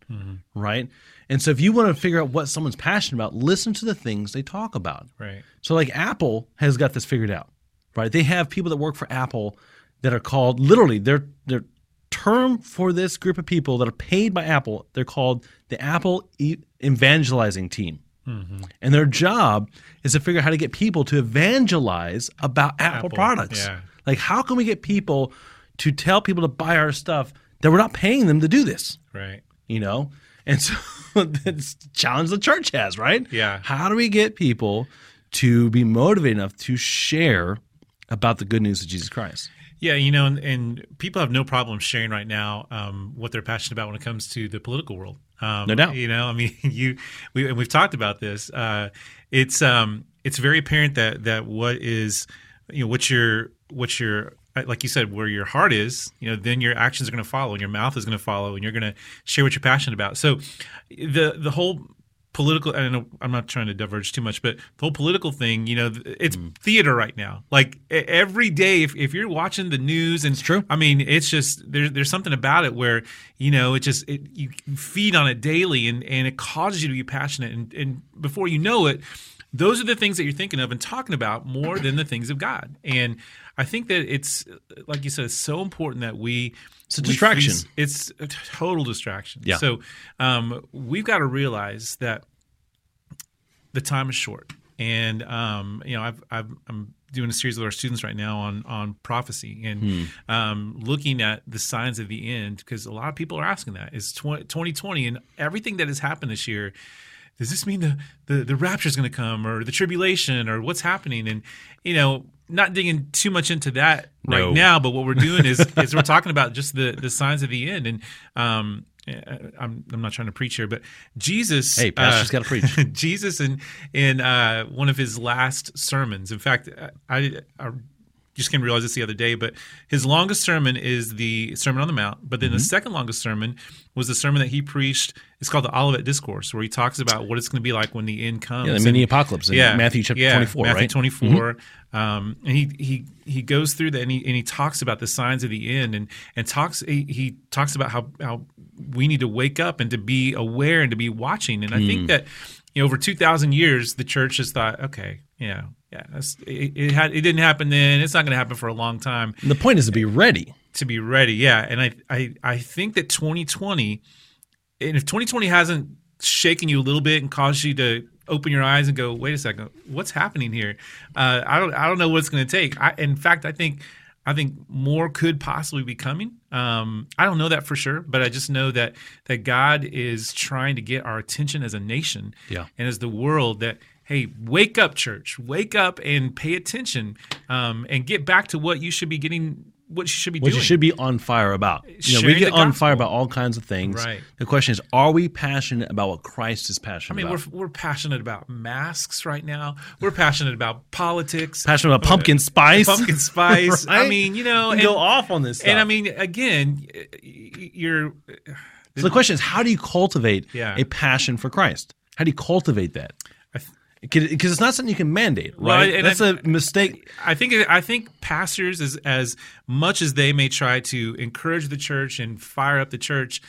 Speaker 1: right? And so, if you want to figure out what someone's passionate about, listen to the things they talk about.
Speaker 2: right.
Speaker 1: So, like Apple has got this figured out, right? They have people that work for Apple that are called literally their their term for this group of people that are paid by Apple. They're called the Apple E- Evangelizing Team,
Speaker 2: Mm-hmm.
Speaker 1: and their job is to figure out how to get people to evangelize about Apple,
Speaker 2: Apple,
Speaker 1: products.
Speaker 2: yeah.
Speaker 1: Like, how can we get people to tell people to buy our stuff that we're not paying them to do this?
Speaker 2: Right.
Speaker 1: you know and so that's the challenge the church has right
Speaker 2: Yeah.
Speaker 1: how do we get people to be motivated enough to share about the good news of jesus christ
Speaker 2: Yeah, you know, and, and people have no problem sharing right now um, what they're passionate about when it comes to the political world. Um,
Speaker 1: No doubt.
Speaker 2: You know, I mean, you we and we've talked about this. Uh, it's um, it's very apparent that that what is you know what your what your uh, like you said where your heart is you know then your actions are going to follow and your mouth is going to follow and you're going to share what you're passionate about so the the whole political I don't know, I'm not trying to diverge too much, but the whole political thing, you know, th- it's
Speaker 1: Mm-hmm.
Speaker 2: theater right now. Like e- every day, if, if you're watching the news, and it's
Speaker 1: true.
Speaker 2: I mean, it's just there's there's something about it where you know it just it, you feed on it daily, and and it causes you to be passionate, and and before you know it. Those are the things that you're thinking of and talking about more than the things of God. And I think that it's, like you said, it's so important that we. It's
Speaker 1: a distraction.
Speaker 2: It's a t- total distraction.
Speaker 1: Yeah.
Speaker 2: So um, we've got to realize that the time is short, and um, you know I've, I've, I'm doing a series with our students right now on on prophecy and
Speaker 1: Hmm.
Speaker 2: um, looking at the signs of the end because a lot of people are asking that. It's 20, 2020 and everything that has happened this year. Does this mean the the, the rapture is going to come or the tribulation or what's happening? And you know, not digging too much into that
Speaker 1: No.
Speaker 2: right now now, but what we're doing is is we're talking about just the the signs of the end, and um, I- I'm I'm not trying to preach here, but Jesus, uh,
Speaker 1: hey pastor's got to preach
Speaker 2: Jesus in in uh, one of his last sermons. In fact, I, I just came to realize this the other day, but his longest sermon is the Sermon on the Mount. But then
Speaker 1: Mm-hmm.
Speaker 2: the second longest sermon was the sermon that he preached. It's called the Olivet Discourse, where he talks about what it's going to be like when the end comes.
Speaker 1: yeah, the
Speaker 2: And-
Speaker 1: mini apocalypse in matthew chapter
Speaker 2: yeah,
Speaker 1: 24
Speaker 2: Matthew
Speaker 1: right Mm-hmm.
Speaker 2: 24. Um, and he, he he goes through that and he, and he talks about the signs of the end and and talks he, he
Speaker 1: Mm.
Speaker 2: talks about how how we need to wake up and to be aware and to be watching. And I think that you know, over 2,000 years, the church has thought, okay, yeah, yeah, that's, it, it, had, it didn't happen then. It's not going to happen for a long time
Speaker 1: The point is to be ready.
Speaker 2: to be ready. Yeah, and I I I think that 2020, and if 2020 hasn't shaken you a little bit and caused you to open your eyes and go, wait a second, what's happening here? Uh, I don't I don't know what it's going to take. I, in fact, I think I think more could possibly be coming. Um, I don't know that for sure, but I just know that that God is trying to get our attention as a nation
Speaker 1: Yeah.
Speaker 2: and as the world that hey wake up church wake up and pay attention um, and get back to what you should be getting what you should be
Speaker 1: What
Speaker 2: doing
Speaker 1: you should be on fire about. You know, we
Speaker 2: Sharing
Speaker 1: get
Speaker 2: the
Speaker 1: on
Speaker 2: gospel.
Speaker 1: fire about all kinds of things.
Speaker 2: Right.
Speaker 1: The question is, are we passionate about what Christ is passionate
Speaker 2: I mean,
Speaker 1: about?
Speaker 2: we're, we're passionate about masks right now. We're passionate about politics,
Speaker 1: passionate about pumpkin spice.
Speaker 2: pumpkin spice. I
Speaker 1: Right?
Speaker 2: mean, you
Speaker 1: We
Speaker 2: know,
Speaker 1: can
Speaker 2: and,
Speaker 1: go off on this. Stuff.
Speaker 2: and I mean, again, y- y- you're
Speaker 1: so the question is, how do you cultivate
Speaker 2: Yeah.
Speaker 1: a passion for Christ? How do you cultivate that?
Speaker 2: I th-
Speaker 1: Because it's not something you can mandate,
Speaker 2: Well,
Speaker 1: right?
Speaker 2: and
Speaker 1: That's a
Speaker 2: I-
Speaker 1: mistake.
Speaker 2: I think I think pastors as as much as they may try to encourage the church and fire up the church,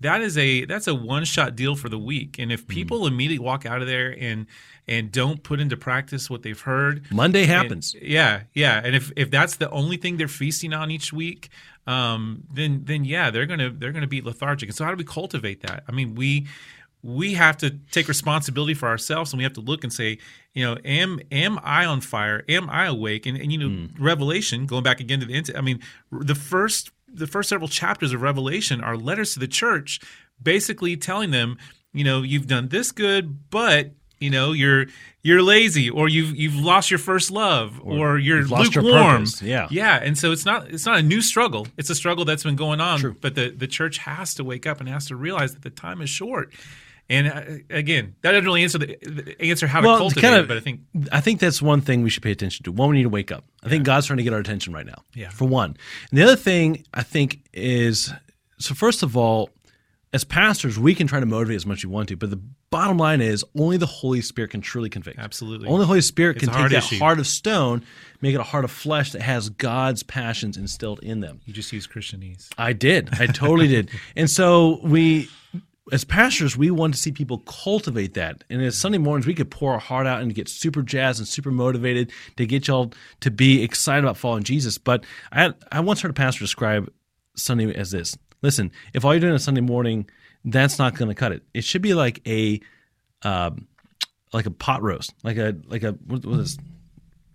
Speaker 2: that is a that's a one shot deal for the week. And
Speaker 1: Hmm.
Speaker 2: if people immediately walk out of there and and don't put into practice what they've heard,
Speaker 1: Monday
Speaker 2: and-
Speaker 1: happens.
Speaker 2: yeah, yeah. And if if that's the only thing they're feasting on each week, um, then then yeah, they're gonna they're gonna be lethargic. And so how do we cultivate that? I mean, we we have to take responsibility for ourselves and we have to look and say, you know, am am I on fire? Am I awake? And, and you know, Revelation, going back again to the int- I mean, r- the first the first several chapters of Revelation are letters to the church basically telling them, you know, you've done this good, but you know you're you're lazy or you've you've lost your first love or, you're
Speaker 1: you've lost your
Speaker 2: lukewarm
Speaker 1: purpose, yeah.
Speaker 2: yeah and so it's not it's not a new struggle it's a struggle that's been going on but the the church has to wake up and has to realize that the time is short and uh, again that doesn't really answer the, the answer how
Speaker 1: Well,
Speaker 2: to cultivate
Speaker 1: kind
Speaker 2: it,
Speaker 1: of-
Speaker 2: but i think
Speaker 1: I think that's one thing we should pay attention to. One, we need to wake up. I think God's trying to get our attention right now.
Speaker 2: Yeah.
Speaker 1: For one. And the other thing I think is so, first of all, as pastors, we can try to motivate as much as you want to, but the bottom line is only the Holy Spirit can truly convict.
Speaker 2: Absolutely.
Speaker 1: Only the Holy Spirit can
Speaker 2: a
Speaker 1: take
Speaker 2: hard
Speaker 1: that
Speaker 2: issue.
Speaker 1: heart of stone, make it a heart of flesh that has God's passions instilled in them.
Speaker 2: you just use christianese
Speaker 1: I did. I totally did. And so we, as pastors, we want to see people cultivate that. And as Sunday mornings, we could pour our heart out and get super jazzed and super motivated to get y'all to be excited about following Jesus. But I, I once heard a pastor describe Sunday as this: Listen, if all you're doing on Sunday morning, that's not going to cut it. It should be like a, um, like a pot roast, like a like a what was this?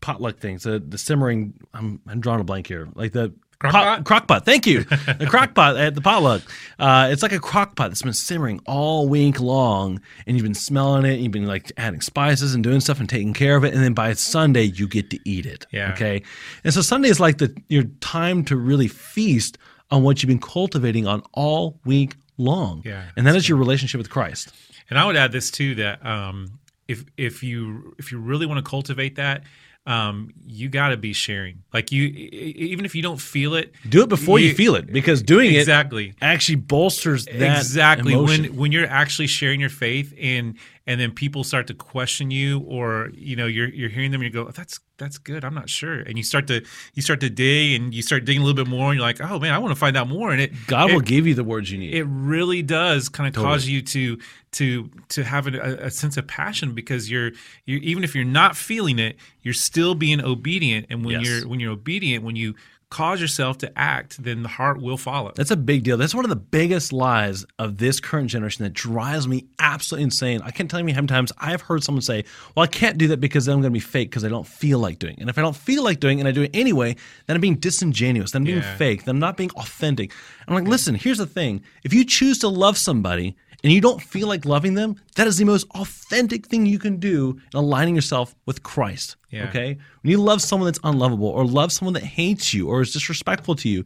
Speaker 1: potluck things, the, the simmering. I'm, I'm drawing a blank here, like the
Speaker 2: Crock
Speaker 1: pot-
Speaker 2: pot?
Speaker 1: crock pot. Thank you, the crock pot at the potluck. Uh, it's like a crock pot that's been simmering all week long, and you've been smelling it, and you've been like adding spices and doing stuff and taking care of it, and then by Sunday you get to eat it.
Speaker 2: Yeah.
Speaker 1: Okay. And so Sunday is like the your time to really feast on what you've been cultivating on all week long.
Speaker 2: Yeah,
Speaker 1: And that is your relationship with Christ.
Speaker 2: And I would add this too that um, if if you if you really want to cultivate that, um, you got to be sharing. Like you, e- e- even if you don't feel it,
Speaker 1: Do it before you,
Speaker 2: You-
Speaker 1: feel it, because doing it
Speaker 2: exactly.
Speaker 1: actually bolsters that
Speaker 2: exactly
Speaker 1: emotion.
Speaker 2: when when you're actually sharing your faith and and then people start to question you or you know you're you're hearing them and you go "Oh, that's that's good I'm not sure and you start to you start to dig and you start digging a little bit more and you're like oh man I want to find out more and it
Speaker 1: God
Speaker 2: it,
Speaker 1: will give you the words you need.
Speaker 2: it really does kind of cause you to to to have a, a sense of passion because you're you even if you're not feeling it you're still being obedient and when
Speaker 1: Yes.
Speaker 2: you're when you're obedient when you cause yourself to act then the heart will follow
Speaker 1: That's a big deal. That's one of the biggest lies of this current generation that drives me absolutely insane. I can't tell you how many times I've heard someone say, Well, I can't do that because then I'm going to be fake because I don't feel like doing it. And if I don't feel like doing it and I do it anyway, then I'm being disingenuous, then I'm being
Speaker 2: Yeah.
Speaker 1: fake, then I'm not being authentic. I'm like, Listen, here's the thing if you choose to love somebody, and you don't feel like loving them, that is the most authentic thing you can do in aligning yourself with Christ.
Speaker 2: Yeah.
Speaker 1: Okay? okay? When you love someone that's unlovable or love someone that hates you or is disrespectful to you,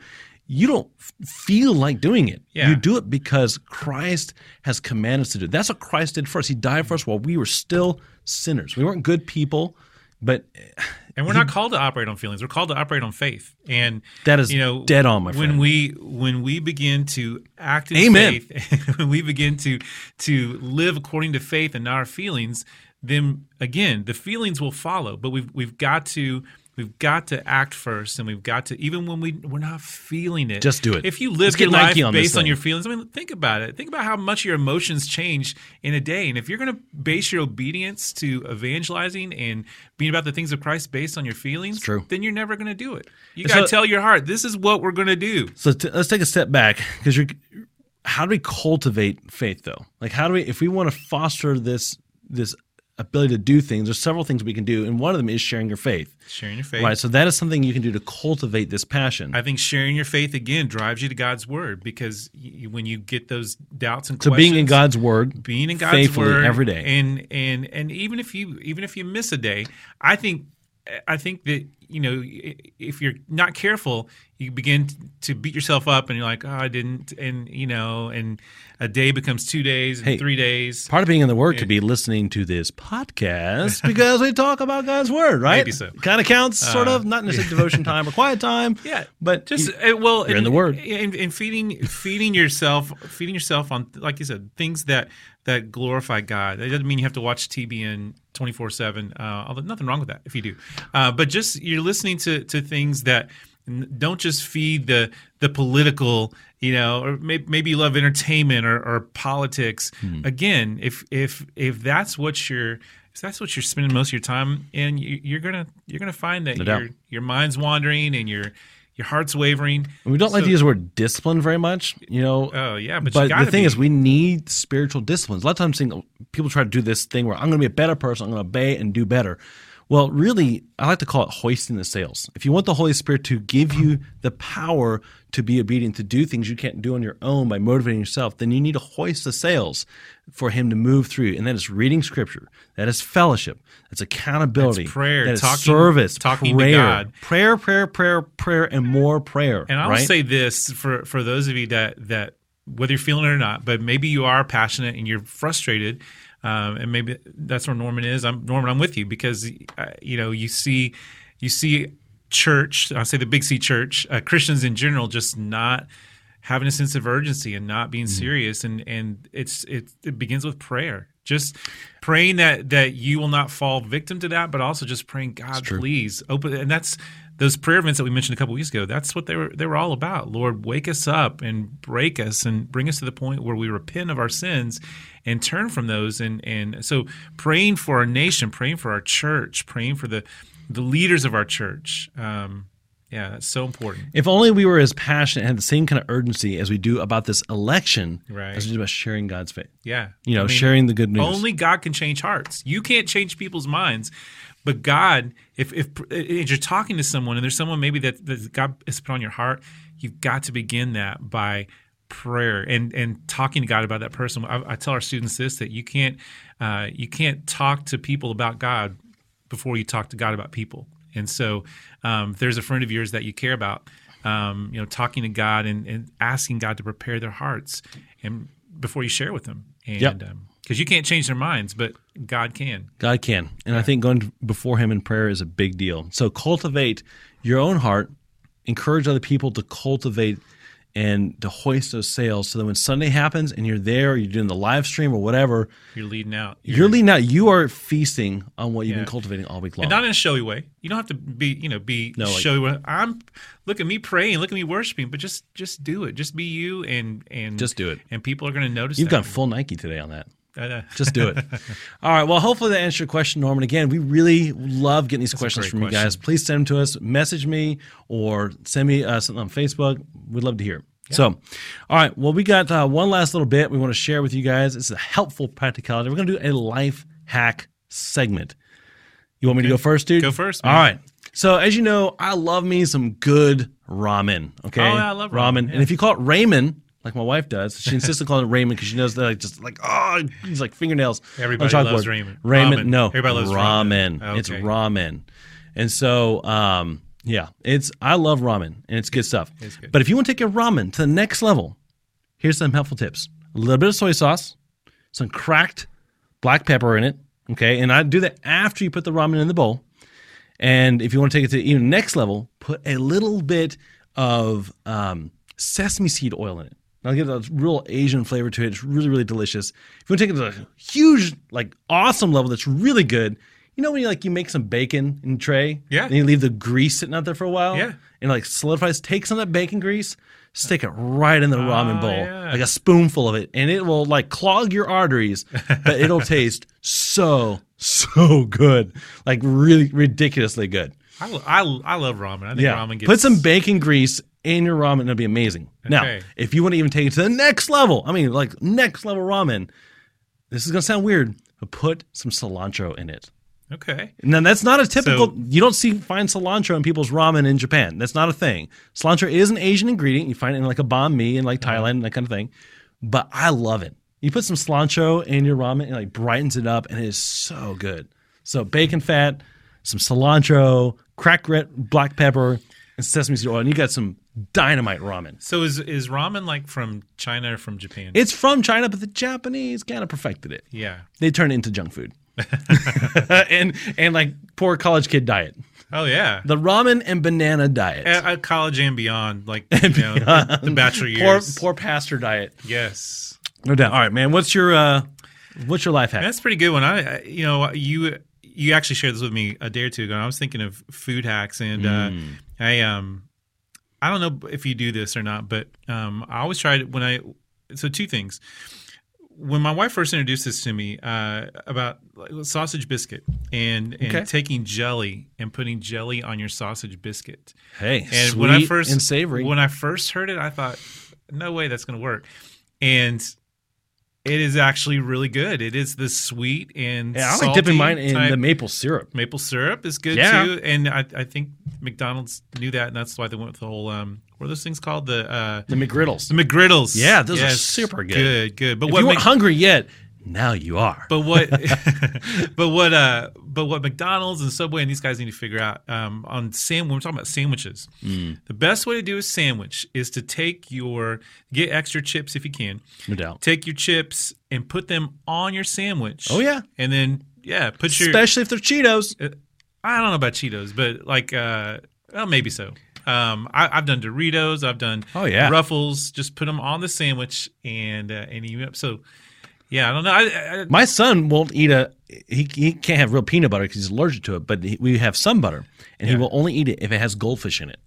Speaker 1: you don't f- feel like doing it.
Speaker 2: Yeah.
Speaker 1: You do it because Christ has commanded us to do it. That's what Christ did for us. He died for us while we were still sinners. We weren't good people, but
Speaker 2: and we're not called to operate on feelings we're called to operate on faith and
Speaker 1: That is
Speaker 2: you know
Speaker 1: dead on, my
Speaker 2: when
Speaker 1: friend.
Speaker 2: we when we begin to act in
Speaker 1: Amen.
Speaker 2: faith when we begin to to live according to faith and not our feelings then again the feelings will follow but we've we've got to We've got to act first, and we've got to even when we we're not feeling it.
Speaker 1: Just do it.
Speaker 2: If you
Speaker 1: Let's
Speaker 2: live
Speaker 1: get
Speaker 2: your life
Speaker 1: Nike on this
Speaker 2: based on
Speaker 1: thing.
Speaker 2: your feelings, I mean, think about it. Think about how much your emotions change in a day, and if you're going to base your obedience to evangelizing and being about the things of Christ based on your feelings,
Speaker 1: true.
Speaker 2: then you're never going to do it. You
Speaker 1: And
Speaker 2: got to
Speaker 1: so-
Speaker 2: tell your heart, this is what we're going to do.
Speaker 1: So t- let's take a step back because you're. How do we cultivate faith though? Like, how do we, if we want to foster this this ability to do things, there's several things we can do, and one of them is sharing your faith.
Speaker 2: Sharing your faith.
Speaker 1: Right. So that is something you can do to cultivate this passion.
Speaker 2: I think sharing your faith again drives you to God's word because y when you get those doubts and
Speaker 1: so
Speaker 2: questions,
Speaker 1: being in God's word,
Speaker 2: being in God's
Speaker 1: faithfully
Speaker 2: word
Speaker 1: every day.
Speaker 2: and and and even if you even if you miss a day, I think I think that you know i- if you're not careful, you begin t- to beat yourself up and you're like, oh, I didn't, and you know, and a day becomes two days and
Speaker 1: Hey,
Speaker 2: three days.
Speaker 1: part of being in the word could be listening to this podcast because we talk about God's word, right?
Speaker 2: Maybe so. Uh,
Speaker 1: Kind of counts, sort of, not necessarily devotion time or quiet time.
Speaker 2: Yeah,
Speaker 1: But
Speaker 2: just
Speaker 1: you-
Speaker 2: uh, well,
Speaker 1: you're in the Word.
Speaker 2: and, and feeding feeding yourself, feeding yourself on, like you said, things that that glorify God. That doesn't mean you have to watch TBN twenty four seven. uh, Although nothing wrong with that if you do, uh, but just you're listening to to things that n- don't just feed the the political, you know, or may, maybe you love entertainment or, or politics.
Speaker 1: Hmm.
Speaker 2: Again, if if if that's what you're if that's what you're spending most of your time in, you, you're gonna you're gonna find that
Speaker 1: No doubt.
Speaker 2: your your mind's wandering and your your heart's wavering.
Speaker 1: we don't like
Speaker 2: So-
Speaker 1: to use the word discipline very much, you know.
Speaker 2: Oh yeah, but, you
Speaker 1: but
Speaker 2: gotta
Speaker 1: the thing
Speaker 2: be.
Speaker 1: is, we need spiritual disciplines. A lot of times, think- people try to do this thing where I'm going to be a better person, I'm going to obey and do better. Well, really, I like to call it hoisting the sails. If you want the Holy Spirit to give you the power to be obedient, to do things you can't do on your own by motivating yourself, then you need to hoist the sails for Him to move through. And that is reading Scripture, that is fellowship, that's accountability,
Speaker 2: That's prayer,
Speaker 1: that is
Speaker 2: talking-
Speaker 1: service,
Speaker 2: talking to
Speaker 1: prayer,
Speaker 2: God.
Speaker 1: prayer, prayer, prayer, prayer, and more prayer.
Speaker 2: and I'll
Speaker 1: right?
Speaker 2: say this for for those of you that that whether you're feeling it or not, but maybe you are passionate and you're frustrated, um, and maybe that's where Norman is. I'm Norman. I'm with you because uh, you know you see you see church. I say the Big C Church uh, Christians in general just not having a sense of urgency and not being
Speaker 1: Mm-hmm.
Speaker 2: serious and and it's it, it begins with prayer just praying that that you will not fall victim to that but also just praying god please open and that's those prayer events that we mentioned a couple weeks ago that's what they were they were all about lord wake us up and break us and bring us to the point where we repent of our sins and turn from those and and so praying for our nation praying for our church praying for the the leaders of our church um yeah that's so important
Speaker 1: If only we were as passionate and had the same kind of urgency as we do about this election,
Speaker 2: Right.
Speaker 1: as we do about sharing God's faith.
Speaker 2: yeah
Speaker 1: You know,
Speaker 2: I mean,
Speaker 1: sharing the good news.
Speaker 2: Only God can change hearts. You can't change people's minds, but God, if if, if you're talking to someone and there's someone maybe that, that God has put on your heart, you've got to begin that by prayer and and talking to God about that person. I, I tell our students this that you can't uh, you can't talk to people about God before you talk to God about people. And so, um, if there's a friend of yours that you care about, um, you know, talking to God and, and asking God to prepare their hearts and before you share with them. And
Speaker 1: Yep.
Speaker 2: um, because you can't change their minds, but God can.
Speaker 1: God can. And I think going before Him in prayer is a big deal. So cultivate your own heart, encourage other people to cultivate and to hoist those sails so that when Sunday happens and you're there or you're doing the live stream or whatever,
Speaker 2: You're leading out.
Speaker 1: you're leading out, you are feasting on what you've
Speaker 2: Yeah.
Speaker 1: been cultivating all week long.
Speaker 2: And not in a showy way. You don't have to be, you know, be
Speaker 1: No, like-
Speaker 2: showy. I'm look at me praying, look at me worshiping, but just just do it. Just be you, and and
Speaker 1: Just do it.
Speaker 2: And people are going to notice.
Speaker 1: you've
Speaker 2: that.
Speaker 1: gone full Nike today on that.
Speaker 2: Uh,
Speaker 1: Just do it. All right. Well, hopefully that answered your question, Norman. Again, we really love getting these questions
Speaker 2: great
Speaker 1: from you
Speaker 2: question.
Speaker 1: guys. Please send them to us. Message me or send me uh, something on Facebook. We'd love to hear. it. So, all right. Well, we got uh, one last little bit we want to share with you guys. It's a helpful practicality. We're going to do a life hack segment. You want me to go first, dude?
Speaker 2: Go first,
Speaker 1: All
Speaker 2: man.
Speaker 1: right. So, as you know, I love me some good ramen. Okay.
Speaker 2: Oh, yeah, I love ramen, yeah.
Speaker 1: And if you call it ramen, like my wife does, she insists on calling it ramen because she knows that like just like oh, he's like fingernails. on
Speaker 2: Everybody
Speaker 1: chalkboard.
Speaker 2: loves ramen.
Speaker 1: Ramen,
Speaker 2: Ramen.
Speaker 1: no.
Speaker 2: Everybody loves
Speaker 1: ramen.
Speaker 2: ramen.
Speaker 1: It's
Speaker 2: Okay.
Speaker 1: ramen, and so um, yeah, it's I love ramen and it's good stuff.
Speaker 2: It's good.
Speaker 1: But if you want to take your ramen to the next level, here's some helpful tips: a little bit of soy sauce, some cracked black pepper in it. Okay, and I do that after you put the ramen in the bowl. And if you want to take it to even next level, put a little bit of um, sesame seed oil in it. I'll get a real Asian flavor to it. It's really, really delicious. If you want to take it to a huge, like awesome level that's really good, you you know when you like you make some bacon in a tray,
Speaker 2: Yeah.
Speaker 1: and you leave the grease sitting out there for a while,
Speaker 2: Yeah.
Speaker 1: and it, like solidifies. Take some of that bacon grease, stick it right
Speaker 2: Ah.
Speaker 1: in the ramen bowl,
Speaker 2: Oh, yeah.
Speaker 1: like a spoonful of it, and it will like clog your arteries, but it'll taste so so good, like really ridiculously good.
Speaker 2: I, lo- I, lo- I love ramen. I think
Speaker 1: Yeah,
Speaker 2: ramen gets
Speaker 1: put some bacon grease in your ramen, and it'll be amazing. Now,
Speaker 2: Okay.
Speaker 1: if you want to even take it to the next level, I mean, like next level ramen, this is gonna sound weird, but put some cilantro in it.
Speaker 2: okay.
Speaker 1: Now that's not a typical.
Speaker 2: So-
Speaker 1: you don't see find cilantro in people's ramen in Japan. That's not a thing. Cilantro is an Asian ingredient. You find it in like a banh mi in like Thailand and that kind of thing. But I love it. You put some cilantro in your ramen and like brightens it up, and it is so good. So bacon fat, some cilantro, cracked red black pepper, and sesame seed oil, and you got some dynamite ramen.
Speaker 2: So is is ramen like from China or from Japan?
Speaker 1: It's from China, but the Japanese kind of perfected it.
Speaker 2: yeah.
Speaker 1: They turned it into junk food, and and like poor college kid diet.
Speaker 2: Oh yeah.
Speaker 1: The ramen and banana diet.
Speaker 2: A, a college and beyond, like you know, the bachelor
Speaker 1: poor,
Speaker 2: years.
Speaker 1: poor pastor diet.
Speaker 2: Yes.
Speaker 1: No doubt. All right, man. What's your uh, what's your life hack?
Speaker 2: That's a pretty good one. I, I- you know, you you actually shared this with me a day or two ago. And I was thinking of food hacks, and uh, I um, I don't know if you do this or not, but um, I always try to when I so two things. When my wife first introduced this to me uh, about like, sausage biscuit and, and
Speaker 1: Okay.
Speaker 2: taking jelly and putting jelly on your sausage biscuit,
Speaker 1: Hey,
Speaker 2: and
Speaker 1: sweet
Speaker 2: when I first
Speaker 1: and savory.
Speaker 2: When I first heard it, I thought, no way that's going to work. And it is actually really good. It is the sweet and
Speaker 1: yeah, I like
Speaker 2: salty
Speaker 1: dipping mine in
Speaker 2: type.
Speaker 1: the maple syrup.
Speaker 2: maple syrup is good
Speaker 1: Yeah.
Speaker 2: too. And I, I think McDonald's knew that, and that's why they went with the whole um, what are those things called the uh,
Speaker 1: The McGriddles.
Speaker 2: the McGriddles?
Speaker 1: Yeah, those are super good.
Speaker 2: Good, good. But
Speaker 1: if
Speaker 2: what
Speaker 1: you
Speaker 2: Mc-
Speaker 1: weren't hungry yet, now you are.
Speaker 2: but what but what uh but what McDonald's and Subway and these guys need to figure out um on sam when we're talking about sandwiches.
Speaker 1: Mm.
Speaker 2: The best way to do a sandwich is to take your get extra chips if you can.
Speaker 1: no doubt.
Speaker 2: Take your chips and put them on your sandwich.
Speaker 1: Oh, yeah.
Speaker 2: And then yeah, put your
Speaker 1: Especially if they're Cheetos.
Speaker 2: I don't know about Cheetos, but like uh well maybe so. Um, I, I've done Doritos. I've done
Speaker 1: Oh, yeah.
Speaker 2: Ruffles. Just put them on the sandwich and uh, and you so yeah. I don't know. I, I,
Speaker 1: My son won't eat a. He, he can't have real peanut butter because he's allergic to it. But he, we have some butter, and he will only eat it if it has goldfish in it.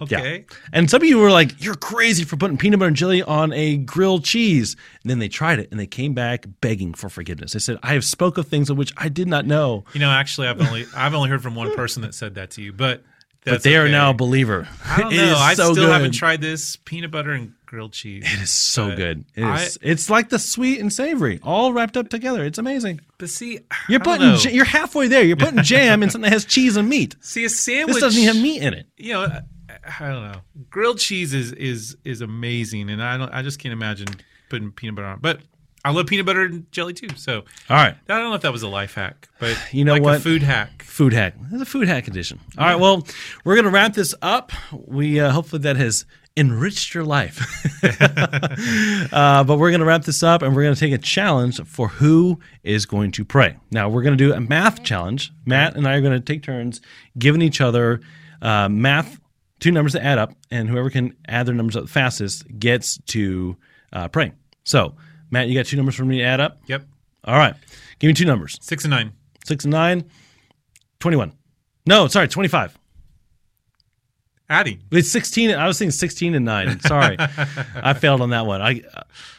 Speaker 2: okay.
Speaker 1: And some of you were like, "You're crazy for putting peanut butter and jelly on a grilled cheese." And then they tried it, and they came back begging for forgiveness. They said, "I have spoke of things of which I did not know,
Speaker 2: You know, actually, I've only I've only heard from one person that said that to you, but
Speaker 1: but
Speaker 2: that's
Speaker 1: they are
Speaker 2: okay.
Speaker 1: now a believer."
Speaker 2: I don't
Speaker 1: It is
Speaker 2: know. I
Speaker 1: so
Speaker 2: still
Speaker 1: good.
Speaker 2: haven't tried this peanut butter and grilled cheese.
Speaker 1: It is so
Speaker 2: but
Speaker 1: good. It
Speaker 2: I-
Speaker 1: is. it's like the sweet and savory all wrapped up together. It's amazing.
Speaker 2: But see,
Speaker 1: You're
Speaker 2: I don't
Speaker 1: putting.
Speaker 2: know.
Speaker 1: Ja- you're halfway there. You're putting jam in something that has cheese and meat.
Speaker 2: see a sandwich.
Speaker 1: This doesn't even have meat in it.
Speaker 2: You know, I, I don't know. Grilled cheese is is is amazing, and I don't. I just can't imagine putting peanut butter on. it. But I love peanut butter and jelly too. So
Speaker 1: All right.
Speaker 2: I don't know if that was a life hack, but
Speaker 1: You know
Speaker 2: like
Speaker 1: what?
Speaker 2: a food hack.
Speaker 1: food hack. This is a food hack edition. All right, well, we're gonna wrap this up. We uh, hopefully that has enriched your life. uh, but we're gonna wrap this up, and we're gonna take a challenge for who is going to pray. Now we're gonna do a math challenge. Matt and I are gonna take turns giving each other uh, math two numbers that add up, and whoever can add their numbers up fastest gets to uh, pray. So. Matt, you got two numbers for me to add up?
Speaker 2: Yep,
Speaker 1: All right. Give me two numbers
Speaker 2: six and nine.
Speaker 1: six and nine, 21. No, sorry, 25.
Speaker 2: Adding.
Speaker 1: It's 16. I was thinking 16 and nine. Sorry. I failed on that one. I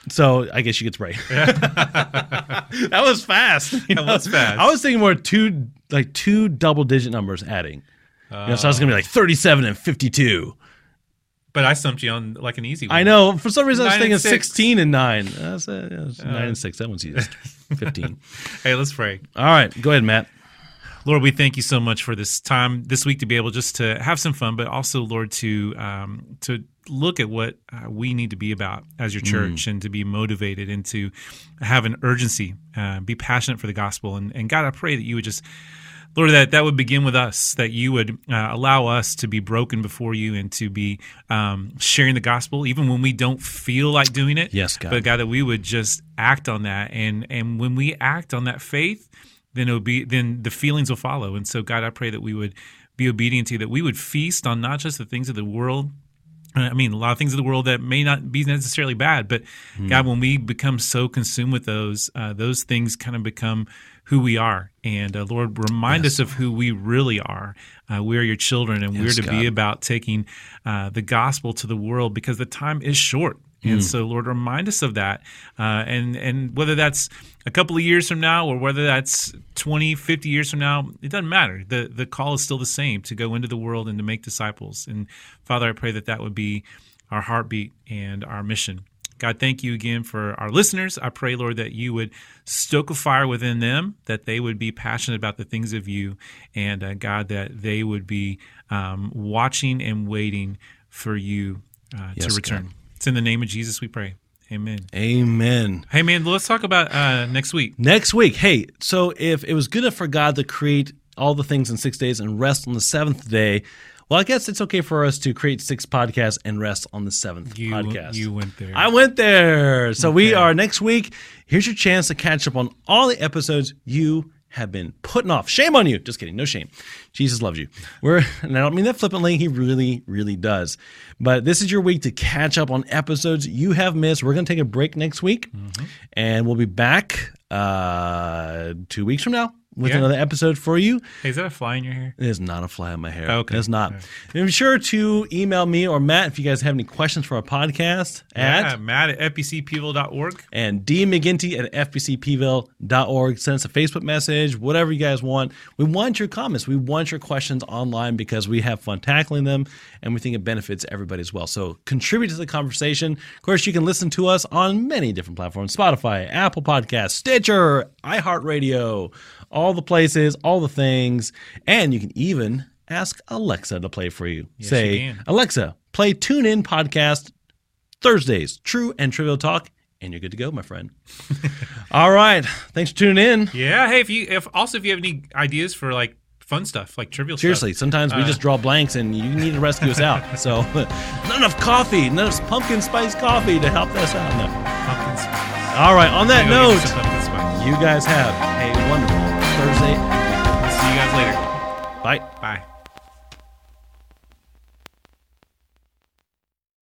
Speaker 1: So I guess you get to pray. that was fast. you know?
Speaker 2: was fast.
Speaker 1: I was thinking more two, like two double digit numbers adding. You know, so I was going to be like 37 and 52.
Speaker 2: But I stumped you on like an easy one.
Speaker 1: I know. For some reason, I was
Speaker 2: Nine
Speaker 1: thinking
Speaker 2: and six.
Speaker 1: 16 and nine. That's, uh, yeah, it's nine and six. That one's used. 15.
Speaker 2: Hey, let's pray.
Speaker 1: All right. Go ahead, Matt.
Speaker 2: Lord, we thank you so much for this time this week to be able just to have some fun, but also, Lord, to um, to look at what uh, we need to be about as your church and to be motivated and to have an urgency, uh, be passionate for the gospel. And, and God, I pray that you would just Lord, that that would begin with us, that you would uh, allow us to be broken before you and to be um, sharing the gospel, even when we don't feel like doing it.
Speaker 1: Yes, God.
Speaker 2: But God, that we would just act on that, and and when we act on that faith, then it will be then the feelings will follow. And so, God, I pray that we would be obedient to you, that we would feast on not just the things of the world, Uh, I mean, a lot of things in the world that may not be necessarily
Speaker 1: Hmm.
Speaker 2: bad, but God, when we become so consumed with those, uh, those things kind of become who we are. And uh, Lord, remind us of who we really are. Uh, we are your children, and we're
Speaker 1: Yes,
Speaker 2: to
Speaker 1: God.
Speaker 2: be about taking uh, the gospel to the world because the time is short. And so, Lord, remind us of that. Uh, and, and whether that's a couple of years from now or whether that's 20, 50 years from now, it doesn't matter. The, the call is still the same to go into the world and to make disciples. And Father, I pray that that would be our heartbeat and our mission. God, thank you again for our listeners. I pray, Lord, that you would stoke a fire within them, that they would be passionate about the things of you, and uh, God, that they would be um, watching and waiting for you uh,
Speaker 1: Yes,
Speaker 2: to return. It's in the name of Jesus we pray. Amen.
Speaker 1: Amen.
Speaker 2: Hey, man, let's talk about uh, next week.
Speaker 1: Next week, hey, so if it was good enough for God to create all the things in six days and rest on the seventh day, well, I guess it's okay for us to create six podcasts and rest on the seventh
Speaker 2: You,
Speaker 1: podcast.
Speaker 2: you went there.
Speaker 1: I went there. So we are next week. Here's your chance to catch up on all the episodes you have been putting off. Shame on you. Just kidding. No shame. Jesus loves you. We're and I don't mean that flippantly. He really, really does. But this is your week to catch up on episodes you have missed. We're gonna take a break next week,
Speaker 2: Mm-hmm.
Speaker 1: and we'll be back uh, two weeks from now with
Speaker 2: Yeah.
Speaker 1: another episode for you.
Speaker 2: hey, is that a fly in your hair?
Speaker 1: There's not a fly on my hair.
Speaker 2: Okay.
Speaker 1: There's not. And be sure to email me or Matt if you guys have any questions for our podcast at
Speaker 2: yeah, Matt at E fpcpeople.org.
Speaker 1: and dmcginty at fbcpville.org. Send us a Facebook message, whatever you guys want. We want your comments. We want your questions online because we have fun tackling them and we think it benefits everybody as well. So contribute to the conversation. Of course, you can listen to us on many different platforms Spotify, Apple Podcasts, Stitcher, iHeartRadio, all the places, all the things. And you can even ask Alexa to play for you. Say,
Speaker 2: you can.
Speaker 1: Alexa, play Tune In Podcast Thursdays, True and Trivial Talk, and you're good to go, my friend. All right. Thanks for tuning in.
Speaker 2: Yeah. Hey, if you if also if you have any ideas for like fun stuff, like trivial
Speaker 1: Seriously,
Speaker 2: stuff.
Speaker 1: sometimes we just draw blanks and you need to rescue us out. So, not enough coffee, not enough pumpkin spice coffee to help us out. No.
Speaker 2: Pumpkin spice.
Speaker 1: All right, on that
Speaker 2: Go get
Speaker 1: note,
Speaker 2: some pumpkin spice.
Speaker 1: you guys have a wonderful Thursday.
Speaker 2: See you guys later.
Speaker 1: Bye.
Speaker 2: Bye.